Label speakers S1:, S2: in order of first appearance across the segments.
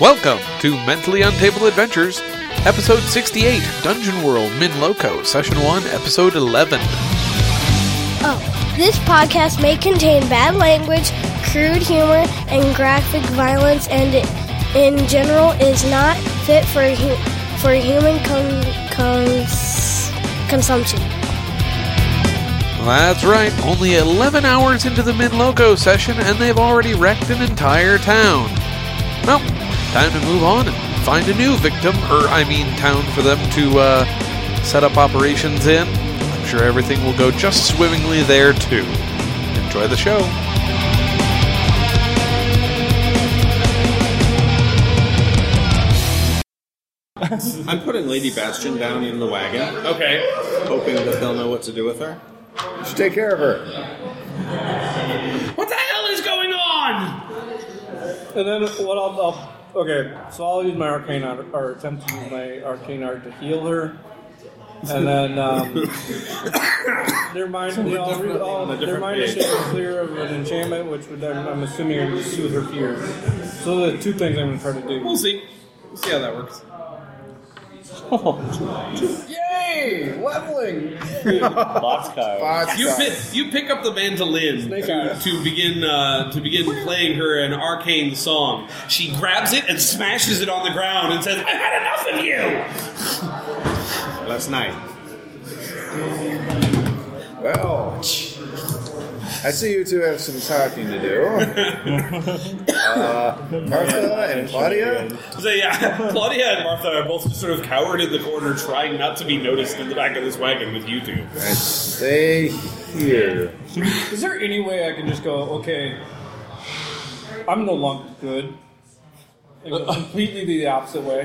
S1: Welcome to Mentally Untable Adventures, Episode 68, Dungeon World Min Loco, Session 1, Episode 11.
S2: Oh, this podcast may contain bad language, crude humor, and graphic violence, and it, in general is not fit for hu- for human con- cons- consumption.
S1: That's right, only 11 hours into the Min Loco session, and they've already wrecked an entire town. Well, time to move on and find a new victim, or I mean, town for them to uh, set up operations in. I'm sure everything will go just swimmingly there, too. Enjoy the show.
S3: I'm putting Lady Bastion down in the wagon,
S4: Okay.
S3: hoping that they'll know what to do with her.
S5: should take care of her.
S4: What the hell is going on?
S6: And then what I'll, I'll okay, so I'll use my arcane art, or attempt to use my arcane art to heal her, and then um, their mind, they all, re- all
S3: on a
S6: their
S3: different
S6: mind is
S3: page.
S6: shaken clear of an enchantment, which would I'm, I'm assuming would soothe her fears. So the two things I'm gonna try to do.
S4: We'll see. We'll see how that works.
S5: Yay! Leveling.
S7: Boxcar.
S4: You pick, you pick up the mandolin
S6: Snake
S4: to,
S6: eyes.
S4: to begin uh, to begin playing her an arcane song. She grabs it and smashes it on the ground and says, "I've had enough of you."
S3: Last night.
S5: Well, I see you two have some talking to do. uh, Martha and Claudia.
S4: So yeah, Claudia and Martha are both just sort of cowered in the corner, trying not to be noticed in the back of this wagon with you two.
S5: Stay here.
S6: Is there any way I can just go? Okay, I'm no longer good. And go completely the opposite way.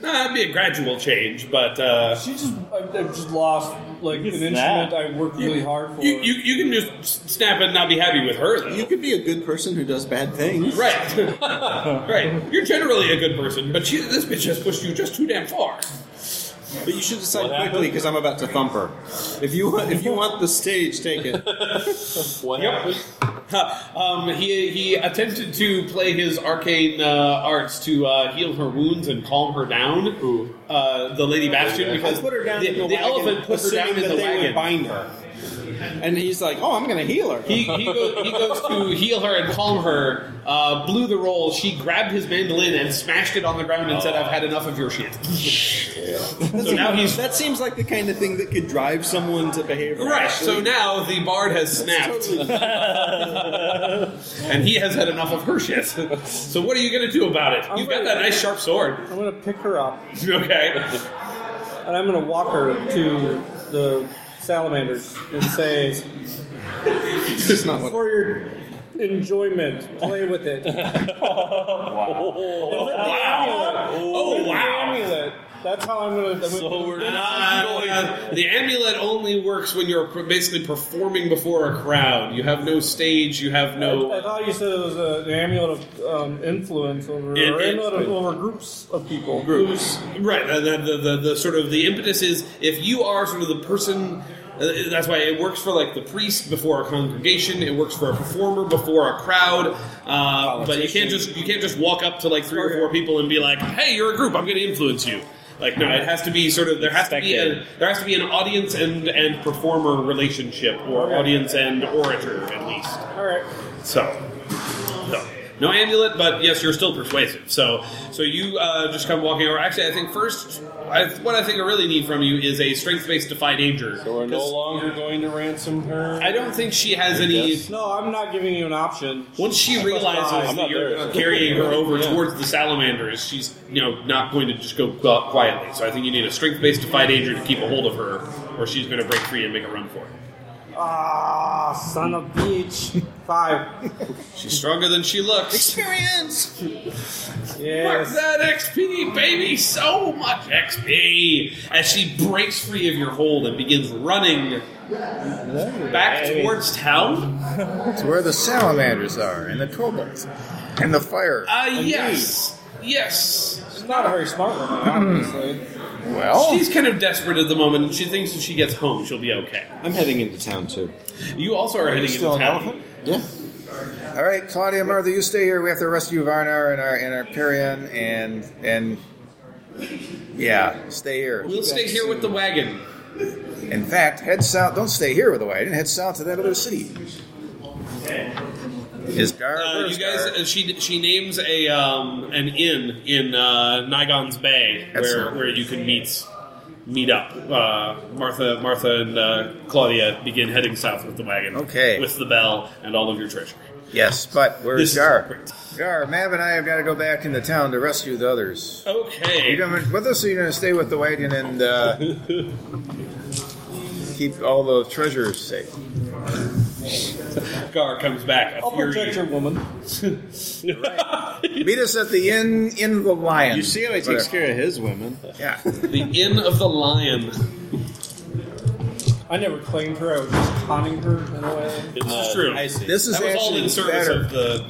S4: Nah, that'd be a gradual change, but uh,
S6: She just, I've, I've just lost like an
S7: Just
S6: instrument
S7: that.
S6: I worked really hard for.
S4: you, you you can just s- snap it and not be happy with her. Though.
S3: You could be a good person who does bad things.
S4: Right. right. You're generally a good person, but you, this bitch has pushed you just too damn far.
S3: But you should decide
S7: What happened?
S3: quickly because I'm about to thump her. If you want, if you want the stage, take it.
S7: What
S4: Yep.
S7: happened?
S4: Huh. um, he, he attempted to play his arcane uh, arts to uh, heal her wounds and calm her down. Uh, the Lady Bastion, because
S3: I put her down
S4: the,
S3: in the,
S4: the
S3: wagon,
S4: elephant put her
S3: assuming
S4: down in
S3: that
S4: the
S3: they Would
S4: wagon.
S3: bind her. And he's like, "Oh, I'm going to heal her."
S4: He, he, go, he goes to heal her and calm her, uh, blew the roll. She grabbed his mandolin and smashed it on the ground and said, I've had enough of your shit. so now he's
S3: that seems like the kind of thing that could drive someone to behave.
S4: Right.
S3: rashly.
S4: So now the bard has snapped, and he has had enough of her shit. So what are you going to do about it? You've got that nice sharp sword.
S6: I'm gonna pick her up
S4: Okay.
S6: and I'm gonna walk her to the salamanders and say,
S3: It's not what-
S6: for your enjoyment, play with it.
S4: Wow. Oh wow.
S6: Amulet. That's how I'm gonna. I'm gonna-
S7: So we're
S4: Uh, the amulet only works when you're per- basically performing before a crowd. You have no stage. You have
S6: I, I
S4: no.
S6: thought you said it was a, an amulet of um, influence over,
S4: It-
S6: or
S4: it-
S6: amulet of, over groups of people.
S4: Groups. Right. The, the, the, the, the sort of the impetus is if you are sort of the person. uh, That's why it works for like the priest before a congregation. It works for a performer before a crowd. Uh, but you can't just you can't just walk up to like three or four people and be like, "Hey, you're a group. I'm going to influence you." Like no, it has to be sort of there has to be a,
S7: Expected.
S4: there has to be an audience and and performer relationship or
S6: Okay.
S4: audience and orator at least.
S6: All right.
S4: So, no, no amulet, but yes, you're still persuasive. So, so you uh, just come walking over. Actually, I think first, I, what I think I really need from you is a strength-based defy danger.
S7: So we're no
S4: 'Cause
S7: longer going to ransom her.
S4: I don't think she has any.
S6: No, I'm not giving you an option.
S4: Once she realizes
S7: I'm
S4: that
S7: not
S4: you're
S7: there.
S4: carrying her over
S7: Yeah.
S4: towards the salamanders, she's you know not going to just go qu- quietly. So I think you need a strength-based defy danger to keep a hold of her, or she's going to break free and make a run for it.
S6: Ah, son of bitch. Five.
S4: She's stronger than she looks.
S3: experience.
S4: Mark
S6: Yes.
S4: that XP, baby! So much XP! As she breaks free of your hold and begins running back towards town?
S5: It's where the salamanders are, and the kobolds, and the fire.
S4: Uh, yes. Yes.
S6: She's not a very smart woman, obviously.
S5: Well,
S4: She's kind of desperate at the moment and she thinks if she gets home, she'll be okay.
S3: I'm heading into town too.
S4: You also are heading into
S5: still an
S4: town.
S5: elephant?
S3: Yeah.
S5: All right, Claudia, Martha, you stay here. We have to rescue Varnar and our and our Perion and and yeah, stay here.
S4: We'll stay here with the wagon.
S5: In fact, head south. Don't stay here with the wagon. Head south to that other city. Is Dar?
S4: Uh,
S5: where's
S4: you guys,
S5: Dar?
S4: uh, she she names a um, an inn in uh, Nigon's Bay where,
S5: Excellent.
S4: where you can meet meet up. Uh, Martha Martha and uh, Claudia begin heading south with the wagon.
S5: Okay.
S4: with the bell and all of your treasure.
S5: Yes, but
S4: This
S5: where's
S4: is
S5: Jar?
S4: great.
S5: Jar, Mav and I have got to go back into town to rescue the others.
S4: Okay.
S5: You're gonna, with us, or you're going to stay with the wagon and uh, keep all the treasures safe.
S4: Gar comes back. A
S7: I'll protect your
S4: fury.
S7: woman.
S5: Meet us at the inn in the lion.
S8: You see how he takes care of his women.
S5: Yeah.
S4: The Inn of the Lion.
S6: I never claimed her. I was just conning her in a way.
S4: This is true.
S8: I see.
S5: This is
S4: Uh, that was all
S5: actually
S4: in service
S5: better.
S4: of the.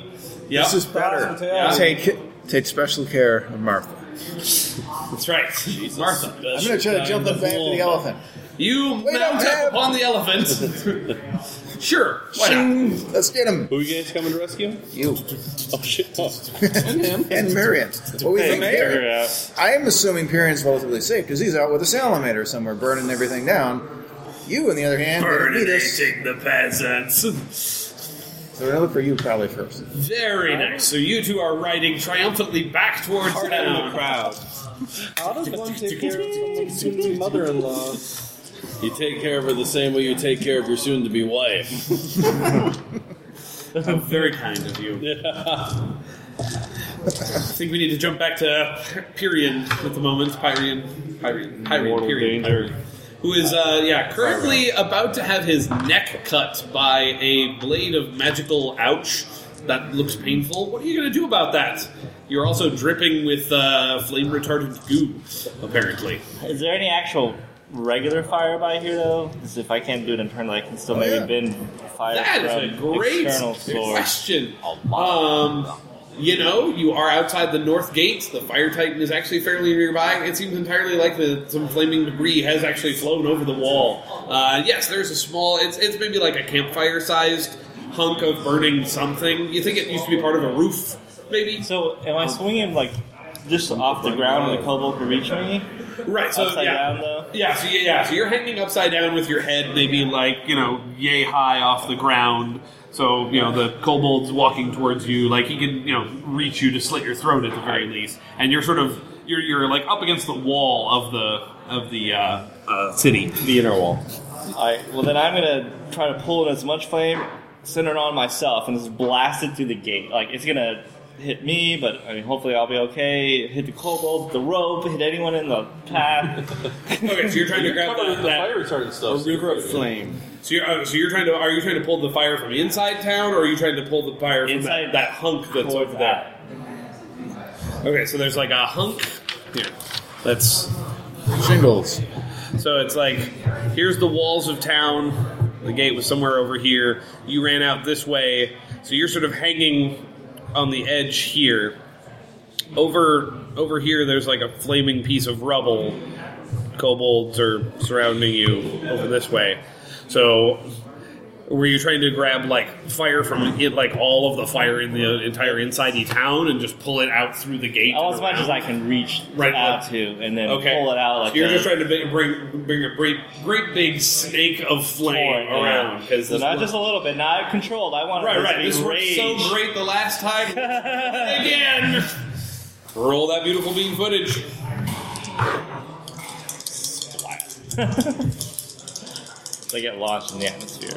S4: Yeah,
S5: This is better.
S6: Thousand tails.
S5: Take take special care of Martha.
S4: that's right. Martha,
S5: I'm going to try to jump up back to the elephant.
S4: you
S5: We don't
S4: mount
S5: have-
S4: up upon the elephant. sure. Why not?
S5: Shing! Let's get him.
S7: Who are you guys coming to rescue?
S5: You
S7: Oh shit!
S5: and Marion. What we think
S7: Figure
S5: here?
S7: it out.
S5: I am assuming Perion's relatively safe because he's out with a salamander somewhere, burning everything down. You, on the other hand, are gonna meet us.
S4: the peasants.
S5: So another for you, probably first.
S4: Very nice. So you two are riding triumphantly back towards town.
S8: crowd.
S6: How does one take care of someone's soon-to-be mother-in-law?
S8: You take care of her the same way you take care of your soon-to-be wife.
S4: How very kind of you. I think we need to jump back to Pyrian at the moment. Pyrian, Pyrian, Pyrian,
S7: Mortal
S4: Pyrian,
S7: danger.
S4: Pyrian. Who is, uh, yeah, currently about to have his neck cut by a blade of magical ouch that looks painful. What are you going to do about that? You're also dripping with uh, flame retardant goo, apparently.
S9: Is there any actual regular fire by here though? Because if I can't do it internally, I can still maybe
S5: yeah.
S9: bend fire
S4: That
S9: from
S4: is a great
S9: external source.
S4: question. Um, you know, you are outside the north gate. The fire titan is actually fairly nearby. It seems entirely likely that some flaming debris has actually flown over the wall. Uh, yes, there's a small. It's it's maybe like a campfire sized hunk of burning something. You think it used to be part of a roof, maybe?
S9: So am I swinging like just off the ground when the cobalt can reach me?
S4: Right. So
S9: Upside
S4: yeah.
S9: down though.
S4: Yeah, so yeah, yeah, so you're hanging upside down with your head maybe like, you know, yay high off the ground. So, you know, the kobold's walking towards you, like he can, you know, reach you to slit your throat at the very least. And you're sort of you're you're like up against the wall of the of the uh, uh, city.
S8: The inner wall.
S9: Alright, well then I'm gonna try to pull in as much flame, center it on myself, and just blast it through the gate. Like it's gonna hit me, but I mean hopefully I'll be okay. Hit the kobold, the rope, hit anyone in the path.
S4: Okay, so you're trying to grab
S7: Covered in
S4: that,
S7: the fire retardant stuff.
S4: river of
S8: Flame.
S4: So you're uh, so you're trying to are you trying to pull the fire from inside town or are you trying to pull the fire from that,
S9: Inside-
S4: that hunk that's over there? Okay, so there's like a hunk here. That's
S5: Shingles.
S4: So it's like, here's the walls of town. The gate was somewhere over here. You ran out this way, so you're sort of hanging on the edge here. Over over here, there's like a flaming piece of rubble. Kobolds are surrounding you over this way. So, were you trying to grab like fire from it, like all of the fire in the entire inside the town, and just pull it out through the gate?
S9: I want as much as
S4: around?
S9: I can reach
S4: Right,
S9: out
S4: left.
S9: to and then
S4: Okay.
S9: pull it out like
S4: So you're
S9: a-
S4: just trying to bring bring, bring a great, great big snake of flame
S9: torn, yeah.
S4: around because
S9: so not just a little bit. Now I've controlled. I want
S4: right,
S9: it to
S4: right.
S9: be
S4: This worked so
S9: rage.
S4: great the last time. Again, roll that beautiful beam footage.
S9: They get launched in the atmosphere.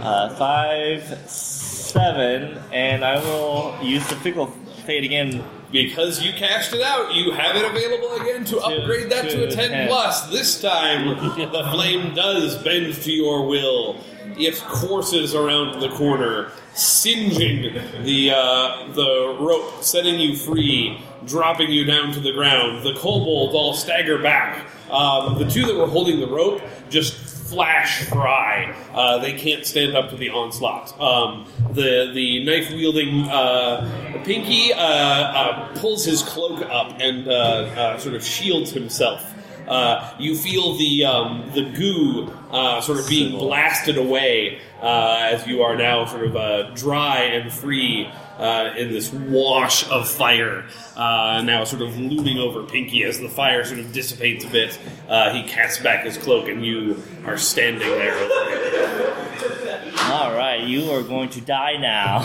S9: uh, five, seven, and I will use the fickle fate again.
S4: Because you cashed it out, you have it available again to upgrade that to a
S9: to
S4: 10,
S9: 10.
S4: plus. This time, the flame does bend to your will. It courses around the corner, singeing the uh, the rope, setting you free, dropping you down to the ground. The kobolds all stagger back. Um, the two that were holding the rope just flash fry. Uh, they can't stand up to the onslaught. Um, the the knife wielding uh, Pinky uh, uh, pulls his cloak up and uh, uh, sort of shields himself. Uh, you feel the um, the goo uh, sort of being blasted away uh, as you are now sort of uh, dry and free uh, in this wash of fire. Uh, now sort of looming over Pinky as the fire sort of dissipates a bit. Uh, he casts back his cloak, and you are standing there.
S9: All right, you are going to die now.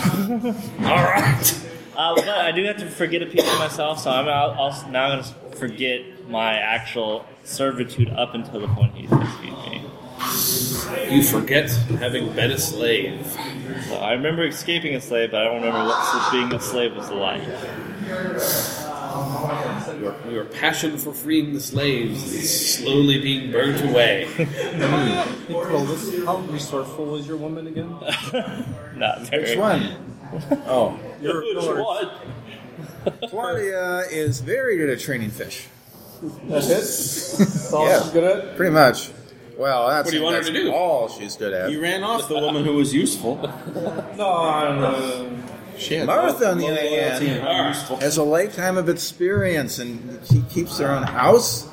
S4: All right.
S9: Uh, but I do have to forget a piece of myself, so I'm al- also now going to forget my actual servitude up until the point he's excused me.
S4: You forget having been a slave.
S9: So I remember escaping a slave, but I don't remember what being a slave was like.
S4: Your, your passion for freeing the slaves is slowly being burnt away.
S6: Clovis, how resourceful was your woman again?
S9: Not very.
S5: Which one? Oh.
S6: Your
S9: What?
S5: Claudia is very good at training fish.
S6: That's it. That's all
S5: Yeah.
S6: she's good at.
S5: Pretty much. Well, that's,
S4: What do you want her
S5: that's
S4: to do?
S5: all she's good at.
S7: You ran off the woman who was useful.
S6: No, I don't know.
S7: She had
S5: Martha, on the
S7: low
S5: other
S7: loyalty
S5: hand,
S7: and high useful.
S5: has a lifetime of experience and she keeps her own house.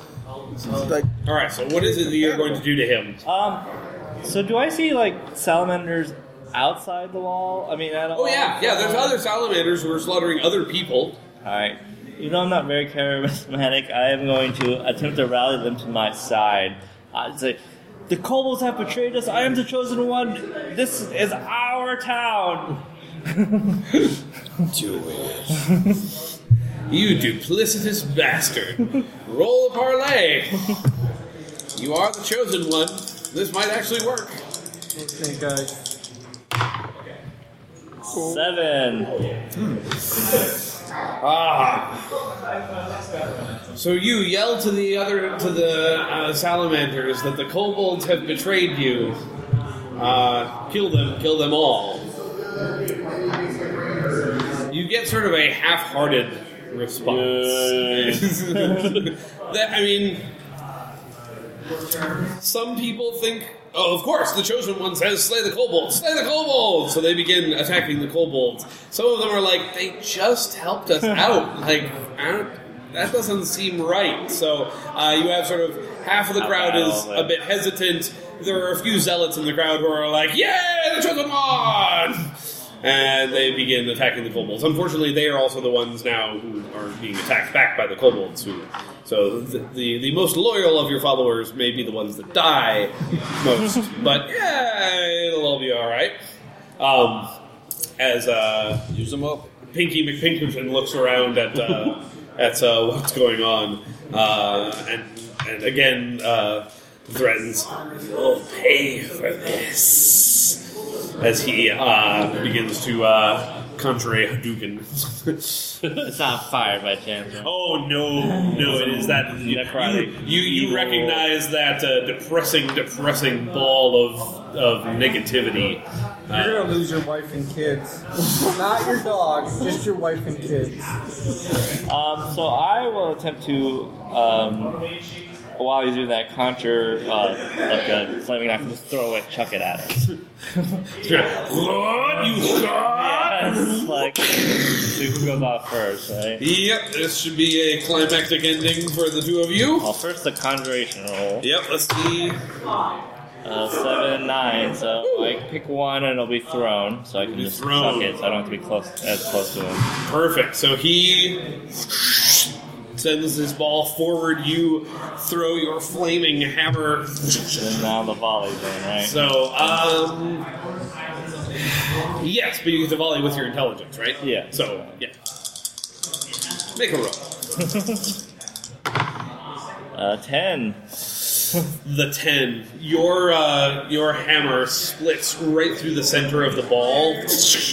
S5: It's like,
S4: All right, so what is it that you're going to do to him?
S9: Um, so do I see like salamanders outside the wall? I mean, I don't.
S4: Oh yeah, yeah. There's other salamanders who are slaughtering other people.
S9: All right. Even though I'm not very charismatic, I am going to attempt to rally them to my side. I say, the kobolds have betrayed us. I am the chosen one. This is our town.
S7: Do it.
S4: You duplicitous bastard! Roll a parlay. You are the chosen one. This might actually work.
S6: Hey guys,
S9: Seven.
S4: So you yell to the other to the uh, salamanders that the kobolds have betrayed you. Uh, kill them, kill them all. You get sort of a half-hearted response. that, I mean, some people think, oh, of course, the chosen one says, slay the kobolds, slay the kobolds! So they begin attacking the kobolds. Some of them are like, they just helped us out. Like, I don't, that doesn't seem right. So uh, you have sort of half of the crowd is a bit hesitant. There are a few zealots in the crowd who are like, yay, the chosen one! And they begin attacking the kobolds. Unfortunately, they are also the ones now who are being attacked back by the kobolds. Who, so the, the the most loyal of your followers may be the ones that die most. but yeah, it'll all be all right. Um, as uh,
S7: Use them up.
S4: Pinky McPinkerton looks around at uh, at uh, what's going on, uh, and and again uh, threatens, "You'll pay for this," as he uh, begins to uh, conjure a Hadouken.
S9: It's not fire by chance. right?
S4: oh no, no! It is that you
S9: Necrotic
S4: you, you
S9: evil.
S4: recognize that uh, depressing, depressing ball of of negativity.
S6: you're gonna lose your wife and kids. Not your dog, just your wife and kids.
S9: Um, so I will attempt to, um, while he's doing that, conjure uh, like a flaming knife and just throw it, chuck it at us.
S4: Lord, you God!
S9: Yes, like, see who goes off first, right?
S4: Yep, this should be a climactic ending for the two of you.
S9: Well, first the conjuration roll.
S4: Yep, let's see.
S9: Uh, seven and nine, so I pick one and it'll be thrown, so I can just
S4: thrown.
S9: chuck it, so I don't have to be close as close to him.
S4: Perfect. So he sends his ball forward. You throw your flaming hammer.
S9: And now the volley's in, right?
S4: So, um. Yes, but you get to volley with your intelligence, right?
S9: Yeah.
S4: So, yeah. Make a roll.
S9: uh, ten.
S4: the ten. Your uh, your hammer splits right through the center of the ball,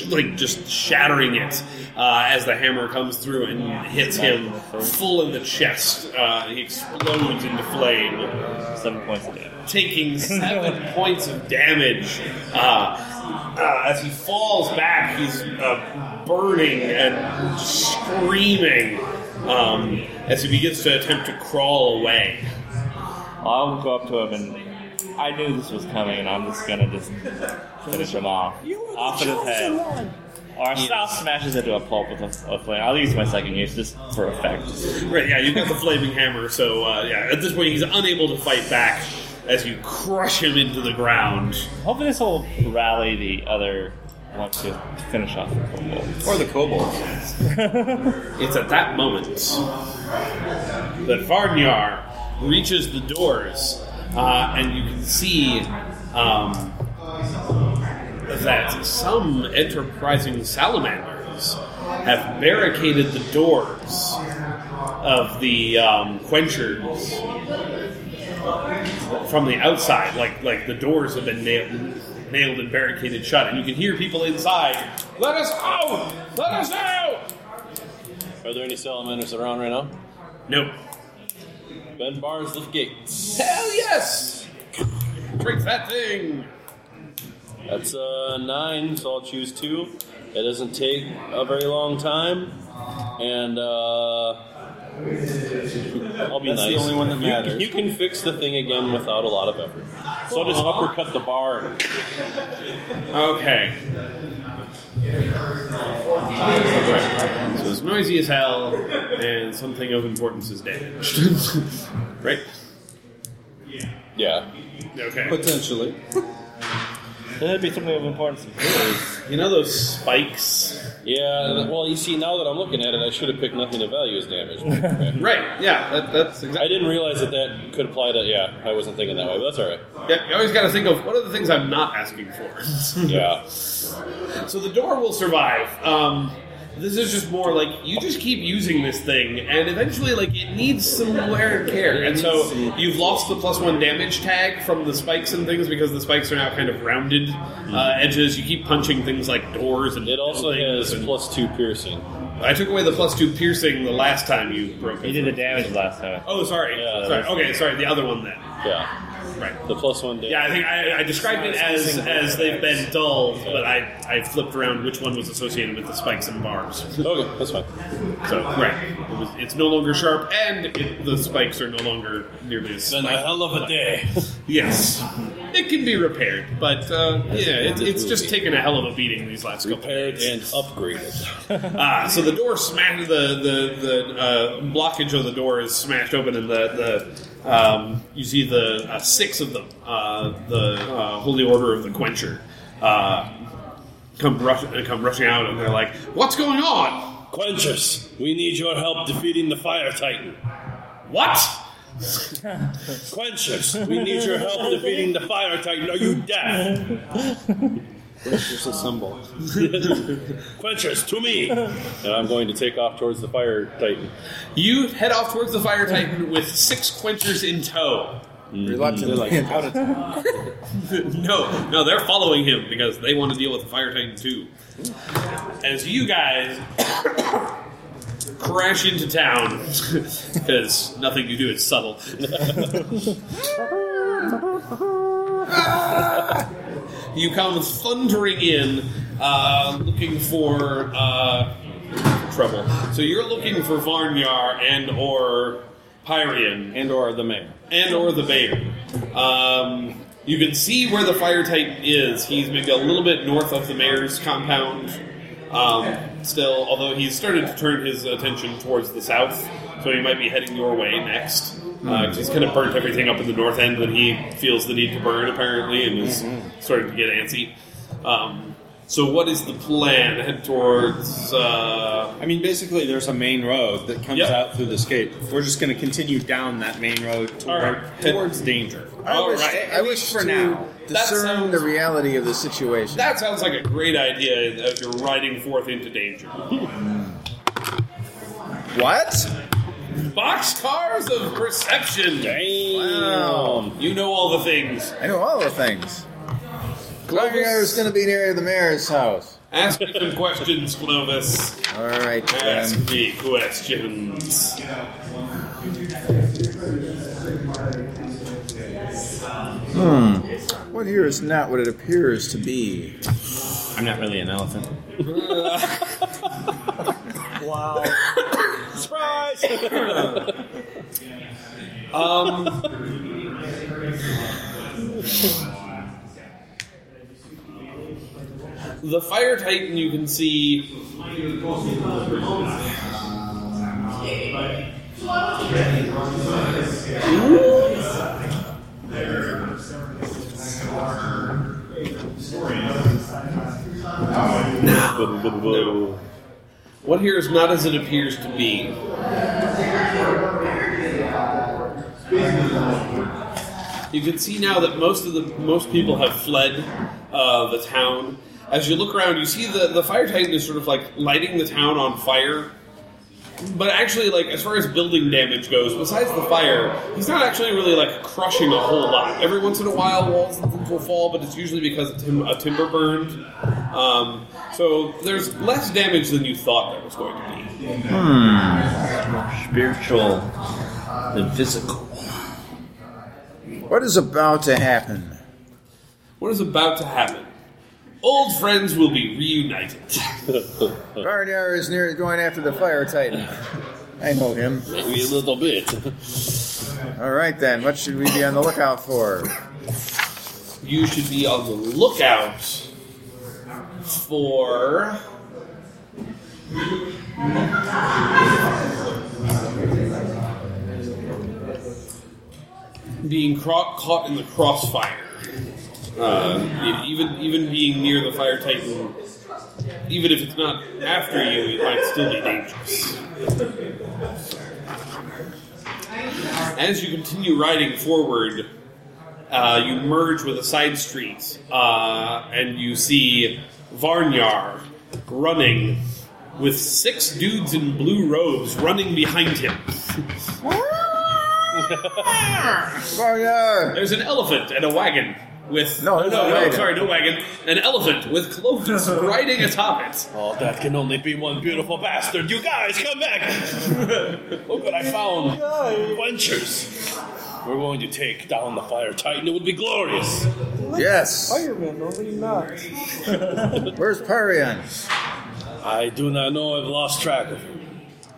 S4: like just shattering it uh, as the hammer comes through and hits him full in the chest. Uh, he explodes into flame
S9: Seven points of damage.
S4: taking seven points of damage. Uh, uh, as he falls back, he's uh, burning and screaming um, as he begins to attempt to crawl away.
S9: I'll go up to him and I knew this was coming, and I'm just gonna just finish him off. off of his head. Or a south smashes into a pulp with a, a flame. I'll use my second use just for effect.
S4: Right, yeah, you've got the flaming hammer, so uh, yeah, at this point he's unable to fight back as you crush him into the ground.
S9: Hopefully this will rally the other one to finish off the kobold.
S7: Or the kobold.
S4: It's at that moment that Varnyar reaches the doors, uh, and you can see um, that some enterprising salamanders have barricaded the doors of the um, quenchers from the outside. Like like the doors have been nailed, nailed and barricaded shut, and you can hear people inside. Let us out! Let us out!
S8: Are there any salamanders around right now?
S4: Nope.
S8: Ben bars the gates.
S4: Hell yes! Drink that thing!
S8: That's uh, nine, so I'll choose two. It doesn't take a very long time, and uh, I'll be
S7: That's the
S8: nice.
S7: only one that
S8: You-
S7: matters.
S8: You, can fix the thing again without a lot of effort. So I'll just uppercut the bar.
S4: Okay. So it's noisy as hell, and something of importance is damaged. right?
S8: Yeah.
S4: Okay.
S7: Potentially.
S9: That'd be something of importance.
S4: You know those spikes?
S8: Yeah, th- well, you see, now that I'm looking at it, I should have picked nothing of value as damage. Okay.
S4: Right, yeah, that, that's
S8: I
S4: exactly.
S8: didn't realize that that could apply to. Yeah, I wasn't thinking that way, but that's all right.
S4: Yeah, you always gotta think of what are the things I'm not asking for.
S8: Yeah.
S4: So the door will survive. Um, this is just more like you just keep using this thing, and eventually, like it needs some wear and care. And so you've lost the plus one damage tag from the spikes and things because the spikes are now kind of rounded uh, edges. You keep punching things like doors and
S8: Mm-hmm. It also
S4: buildings
S8: has
S4: and-
S8: plus two piercing.
S4: I took away the plus two piercing the last time you broke it.
S9: He did the damage last time.
S4: Oh, sorry.
S8: Yeah,
S4: sorry.
S8: that's-
S4: Okay, sorry. The other one then.
S8: Yeah.
S4: Right.
S8: The plus one damage.
S4: Yeah, I think I, I described it as as they've been dull, but I, I flipped around which one was associated with the spikes and bars.
S8: Okay, that's fine.
S4: So right, it was, it's no longer sharp, and it, the spikes are no longer nearly as.
S8: Been a
S4: spiked.
S8: hell of a day.
S4: Yes, it can be repaired, but uh, yeah, it, it's just taken a hell of a beating these last couple.
S8: Repaired
S4: days.
S8: and upgraded.
S4: Ah, so the door smashed. The the the uh, blockage of the door is smashed open, and the the um, you see the uh, six of them, uh, the uh, Holy Order of the Quencher, uh, come rush, uh, come rushing out, and they're like, "What's going on?
S8: Quenchers, we need your help defeating the Fire Titan.
S4: What?"
S8: Quenchers, we need your help defeating the Fire Titan. Are you deaf?
S7: Just a symbol.
S8: Quenchers, to me! And I'm going to take off towards the Fire Titan.
S4: You head off towards the Fire Titan with six Quenchers in tow.
S5: Reluctantly and out of time.
S4: no, no, they're following him because they want to deal with the Fire Titan too. As you guys crash into town, because nothing you do is subtle. you come thundering in, uh, looking for uh, trouble. So you're looking for Varnyar and or Pyrian
S7: And or the mayor.
S4: and or the mayor. Um, you can see where the fire titan is. He's maybe a little bit north of the mayor's compound. Um, still, although he's started to turn his attention towards the south, so he might be heading your way next. Uh, 'cause he's kind of burnt everything up in the north end that he feels the need to burn, apparently, and is
S7: Mm-hmm.
S4: starting to get antsy. Um, so, what is the plan? Head towards. Uh,
S7: I mean, basically, there's a main road that comes
S4: Yep.
S7: out through this gate. We're just going to continue down that main road toward,
S4: Alright.
S7: towards danger.
S5: I wish,
S4: Alright,
S5: I wish
S7: for
S5: to
S7: now.
S5: discern
S4: sounds-
S5: the reality of the situation.
S4: that sounds like a great idea as you're riding forth into danger.
S5: what?
S4: Boxcars of perception.
S5: Wow.
S4: You know all the things.
S5: I know all the things. Clovis is going to be near the mayor's house.
S4: Ask me some questions, Clovis.
S5: All right, then.
S4: Ask me questions.
S5: What here is not what it appears to be.
S7: I'm not really an elephant.
S6: Wow.
S9: Surprise!
S4: The fire titan you can see. What here is not as it appears to be. You can see now that most of the most people have fled uh, the town. As you look around, you see the the fire titan is sort of like lighting the town on fire. But actually, like as far as building damage goes, besides the fire, he's not actually really like crushing a whole lot. Every once in a while, walls and things will fall, but it's usually because a, tim- a timber burned. Um, so there's less damage than you thought there was going to be.
S9: Spiritual
S5: uh,
S9: and physical.
S5: What is about to happen?
S4: What is about to happen? Old friends will be reunited.
S5: Barnyard is near going after the fire titan. I know him.
S8: Maybe a little bit.
S5: All right then, what should we be on the lookout for?
S4: you should be on the lookout for. Being cro- caught in the crossfire. Uh, even even being near the fire titan, even if it's not after you, it might still be dangerous. As you continue riding forward, uh, you merge with a side street, uh, and you see Varnyar running with six dudes in blue robes running behind him.
S5: Barnyard!
S4: There's an elephant and a wagon with
S5: No,
S4: oh,
S5: there's
S4: no,
S5: a
S4: no,
S5: wagon.
S4: sorry, no wagon, an elephant with Clovis riding atop it.
S8: Oh, that can only be one beautiful bastard. You guys, come back! Look what I found. Quenchers. We're going to take down the fire titan. It would be glorious.
S5: Yes!
S6: Fireman, what are you not?
S5: Where's Parian?
S8: I do not know. I've lost track of him.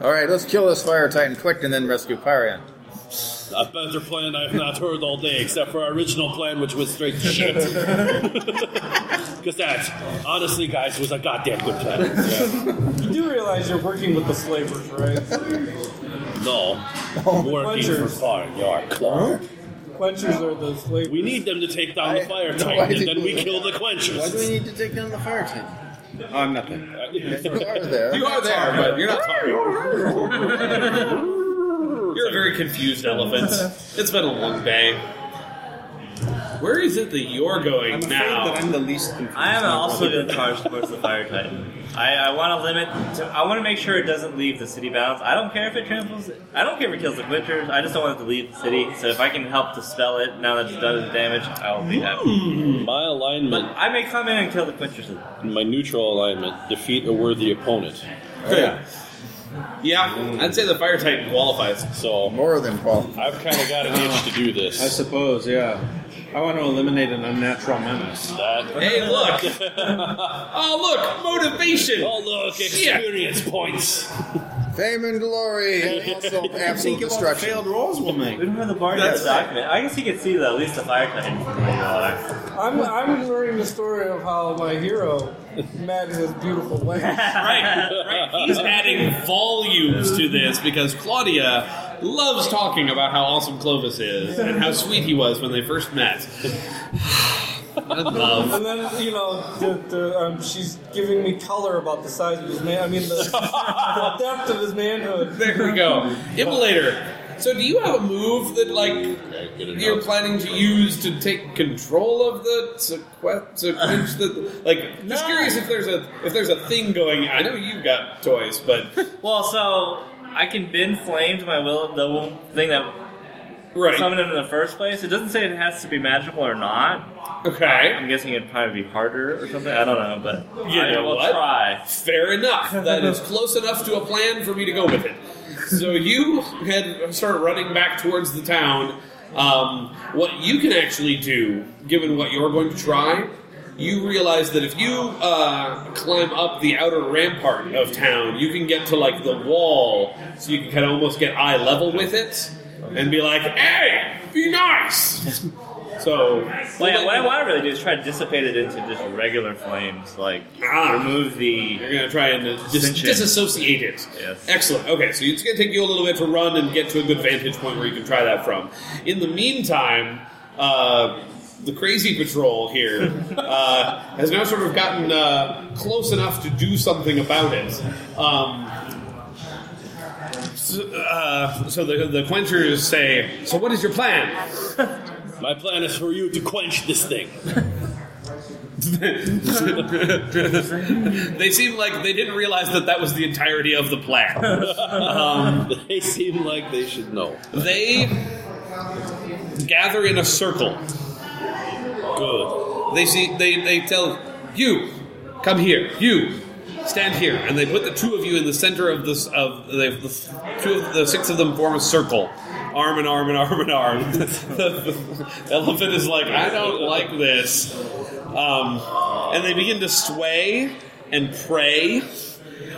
S5: Alright, let's kill this fire titan quick and then rescue Parian.
S8: A better plan I have not heard all day, except for our original plan, which was straight to shit. Because that, honestly, guys, was a goddamn good plan.
S6: You do realize you're working with the slavers, right?
S8: No,
S5: Oh,
S8: working for
S6: Quenchers.
S8: Farn Yard Clark.
S6: Quenchers are the slavers.
S8: We need them to take down the
S5: I-
S8: fire
S5: no, I
S8: titan, and
S5: didn't-
S8: then we kill the quenchers.
S5: Why do we need to take down the fire titan?
S7: I'm nothing.
S5: You are Oh, there.
S4: You are there, but you're not tired. you're a very confused elephant. It's been a long day. Where is it that you're going
S7: I'm afraid
S4: now?
S7: that I'm the least confused.
S9: I am also going to charge towards the fire titan. I, I want to limit. To, I want to make sure it doesn't leave the city bounds. I don't care if it tramples. I don't care if it kills the winters. I just don't want it to leave the city. So if I can help dispel it now that it's done its damage, I will be happy.
S8: My alignment,
S9: I may come in and kill the quenchers.
S8: my neutral alignment, defeat a worthy opponent.
S4: Yeah. Yeah, I'd say the Fire Titan qualifies.
S8: So
S5: More than Paul.
S8: I've kind of got an itch to do
S7: I
S8: this.
S7: suppose, yeah. I want to eliminate an unnatural menace.
S5: Eh?
S8: That.
S4: Hey, look! oh, look! Motivation!
S8: Oh look, experience points.
S5: Fame and glory, and also absolute
S7: Think of all the
S5: destruction.
S7: failed rolls we'll make.
S9: We don't have the bar yet
S5: That's-
S9: document. I guess you could see the, at least the fire titan from where you are.
S6: I'm, I'm ignoring the story of how my hero met his beautiful wife.
S4: Right, right. He's adding volumes to this because Claudia loves talking about how awesome Clovis is and how sweet he was when they first met. I love.
S6: And then, you know, the, the, um, she's giving me color about the size of his man. I mean, the, the depth of his manhood.
S4: There we go. Immolator. So, do you have a move that, like, you're planning to use to take control of the sequence? sequence the, like, just curious if there's a if there's a thing going. I know you've got toys, but
S9: Well, so I can bend flame to my will, the thing that
S4: right.
S9: summoned him in the first place. It doesn't say it has to be magical or not.
S4: Okay.
S9: I'm guessing it'd probably be harder or something. I don't know, but
S4: You
S9: I
S4: know
S9: will
S4: what?
S9: try.
S4: Fair enough. That is close enough to a plan for me to go with it. So you head start running back towards the town. Um, what you can actually do, given what you're going to try, you realize that if you uh, climb up the outer rampart of town, you can get to like the wall, so you can kind of almost get eye level with it, and be like, "Hey, be nice." So,
S9: Well, yeah, what I want to really do is try to dissipate it into just regular flames, like
S4: Ah.
S9: remove the.
S4: You're gonna try and uh, dis-
S9: Ascension.
S4: disassociate it.
S9: Yes.
S4: Excellent. Okay, so it's gonna take you a little bit to run and get to a good vantage point where you can try that from. In the meantime, uh, the crazy patrol here uh, has now sort of gotten uh, close enough to do something about it. Um, so, uh, so the, the quenchers say, "So what is your plan?"
S8: My plan is for you to quench this thing.
S4: They seem like they didn't realize that that was the entirety of the plan. Um,
S8: They seem like they should know.
S4: They gather in a circle.
S8: Good.
S4: They see they, they tell you, come here, you stand here, and they put the two of you in the center of this of they, the two of the six of them form a circle. Arm in arm and arm in arm. the elephant is like, I don't like this. Um, and they begin to sway and pray.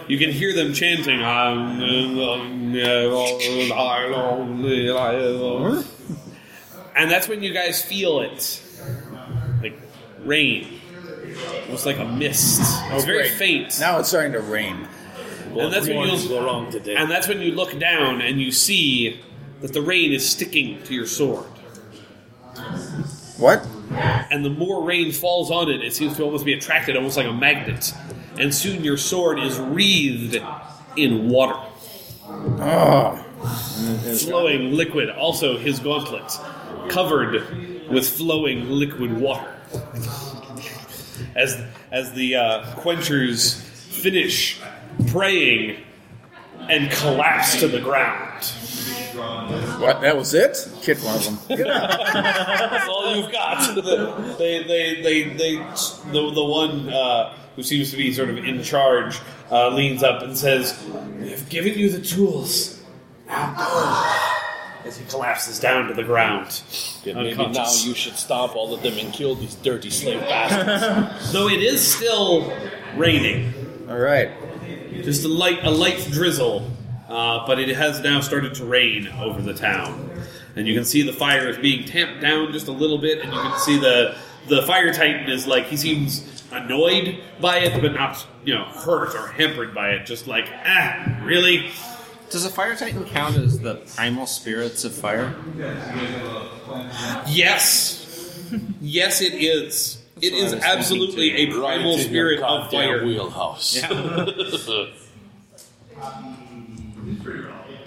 S4: You can hear them chanting. "I'm alone, I'm lonely, I'm alone." And that's when you guys feel it like rain. It was like a mist. It was very
S5: Oh, great.
S4: faint.
S5: Now it's starting to rain.
S8: Well,
S4: that's what
S8: mornings
S4: you'll-
S8: go wrong today.
S4: and that's when you look down and you see that the rain is sticking to your sword.
S5: What?
S4: And the more rain falls on it, it seems to almost be attracted, almost like a magnet. And soon your sword is wreathed in water.
S5: Oh,
S4: Flowing liquid, also his gauntlet, covered with flowing liquid water. as as the uh, quenchers finish praying and collapse to the ground.
S5: what? That was it? Kid one of them.
S4: That's all you've got. they, they, they, they, the, the one uh, who seems to be sort of in charge uh, leans up and says, "We have given you the tools. Now go." As he collapses down to the ground,
S8: Yeah, maybe now
S4: unconscious.
S8: you should stop all of them and kill these dirty slave bastards.
S4: Though it is still raining,
S5: All right.
S4: just a light, a light drizzle, uh, but it has now started to rain over the town, and you can see the fire is being tamped down just a little bit, and you can see the the fire titan is like he seems annoyed by it, but not you know hurt or hampered by it, just like ah, really.
S7: Does a fire titan count as the primal spirits of fire?
S4: Yes. yes, it is. It is absolutely a primal
S8: Right in
S4: spirit
S8: your
S4: of
S8: goddamn
S4: fire.
S8: wheelhouse.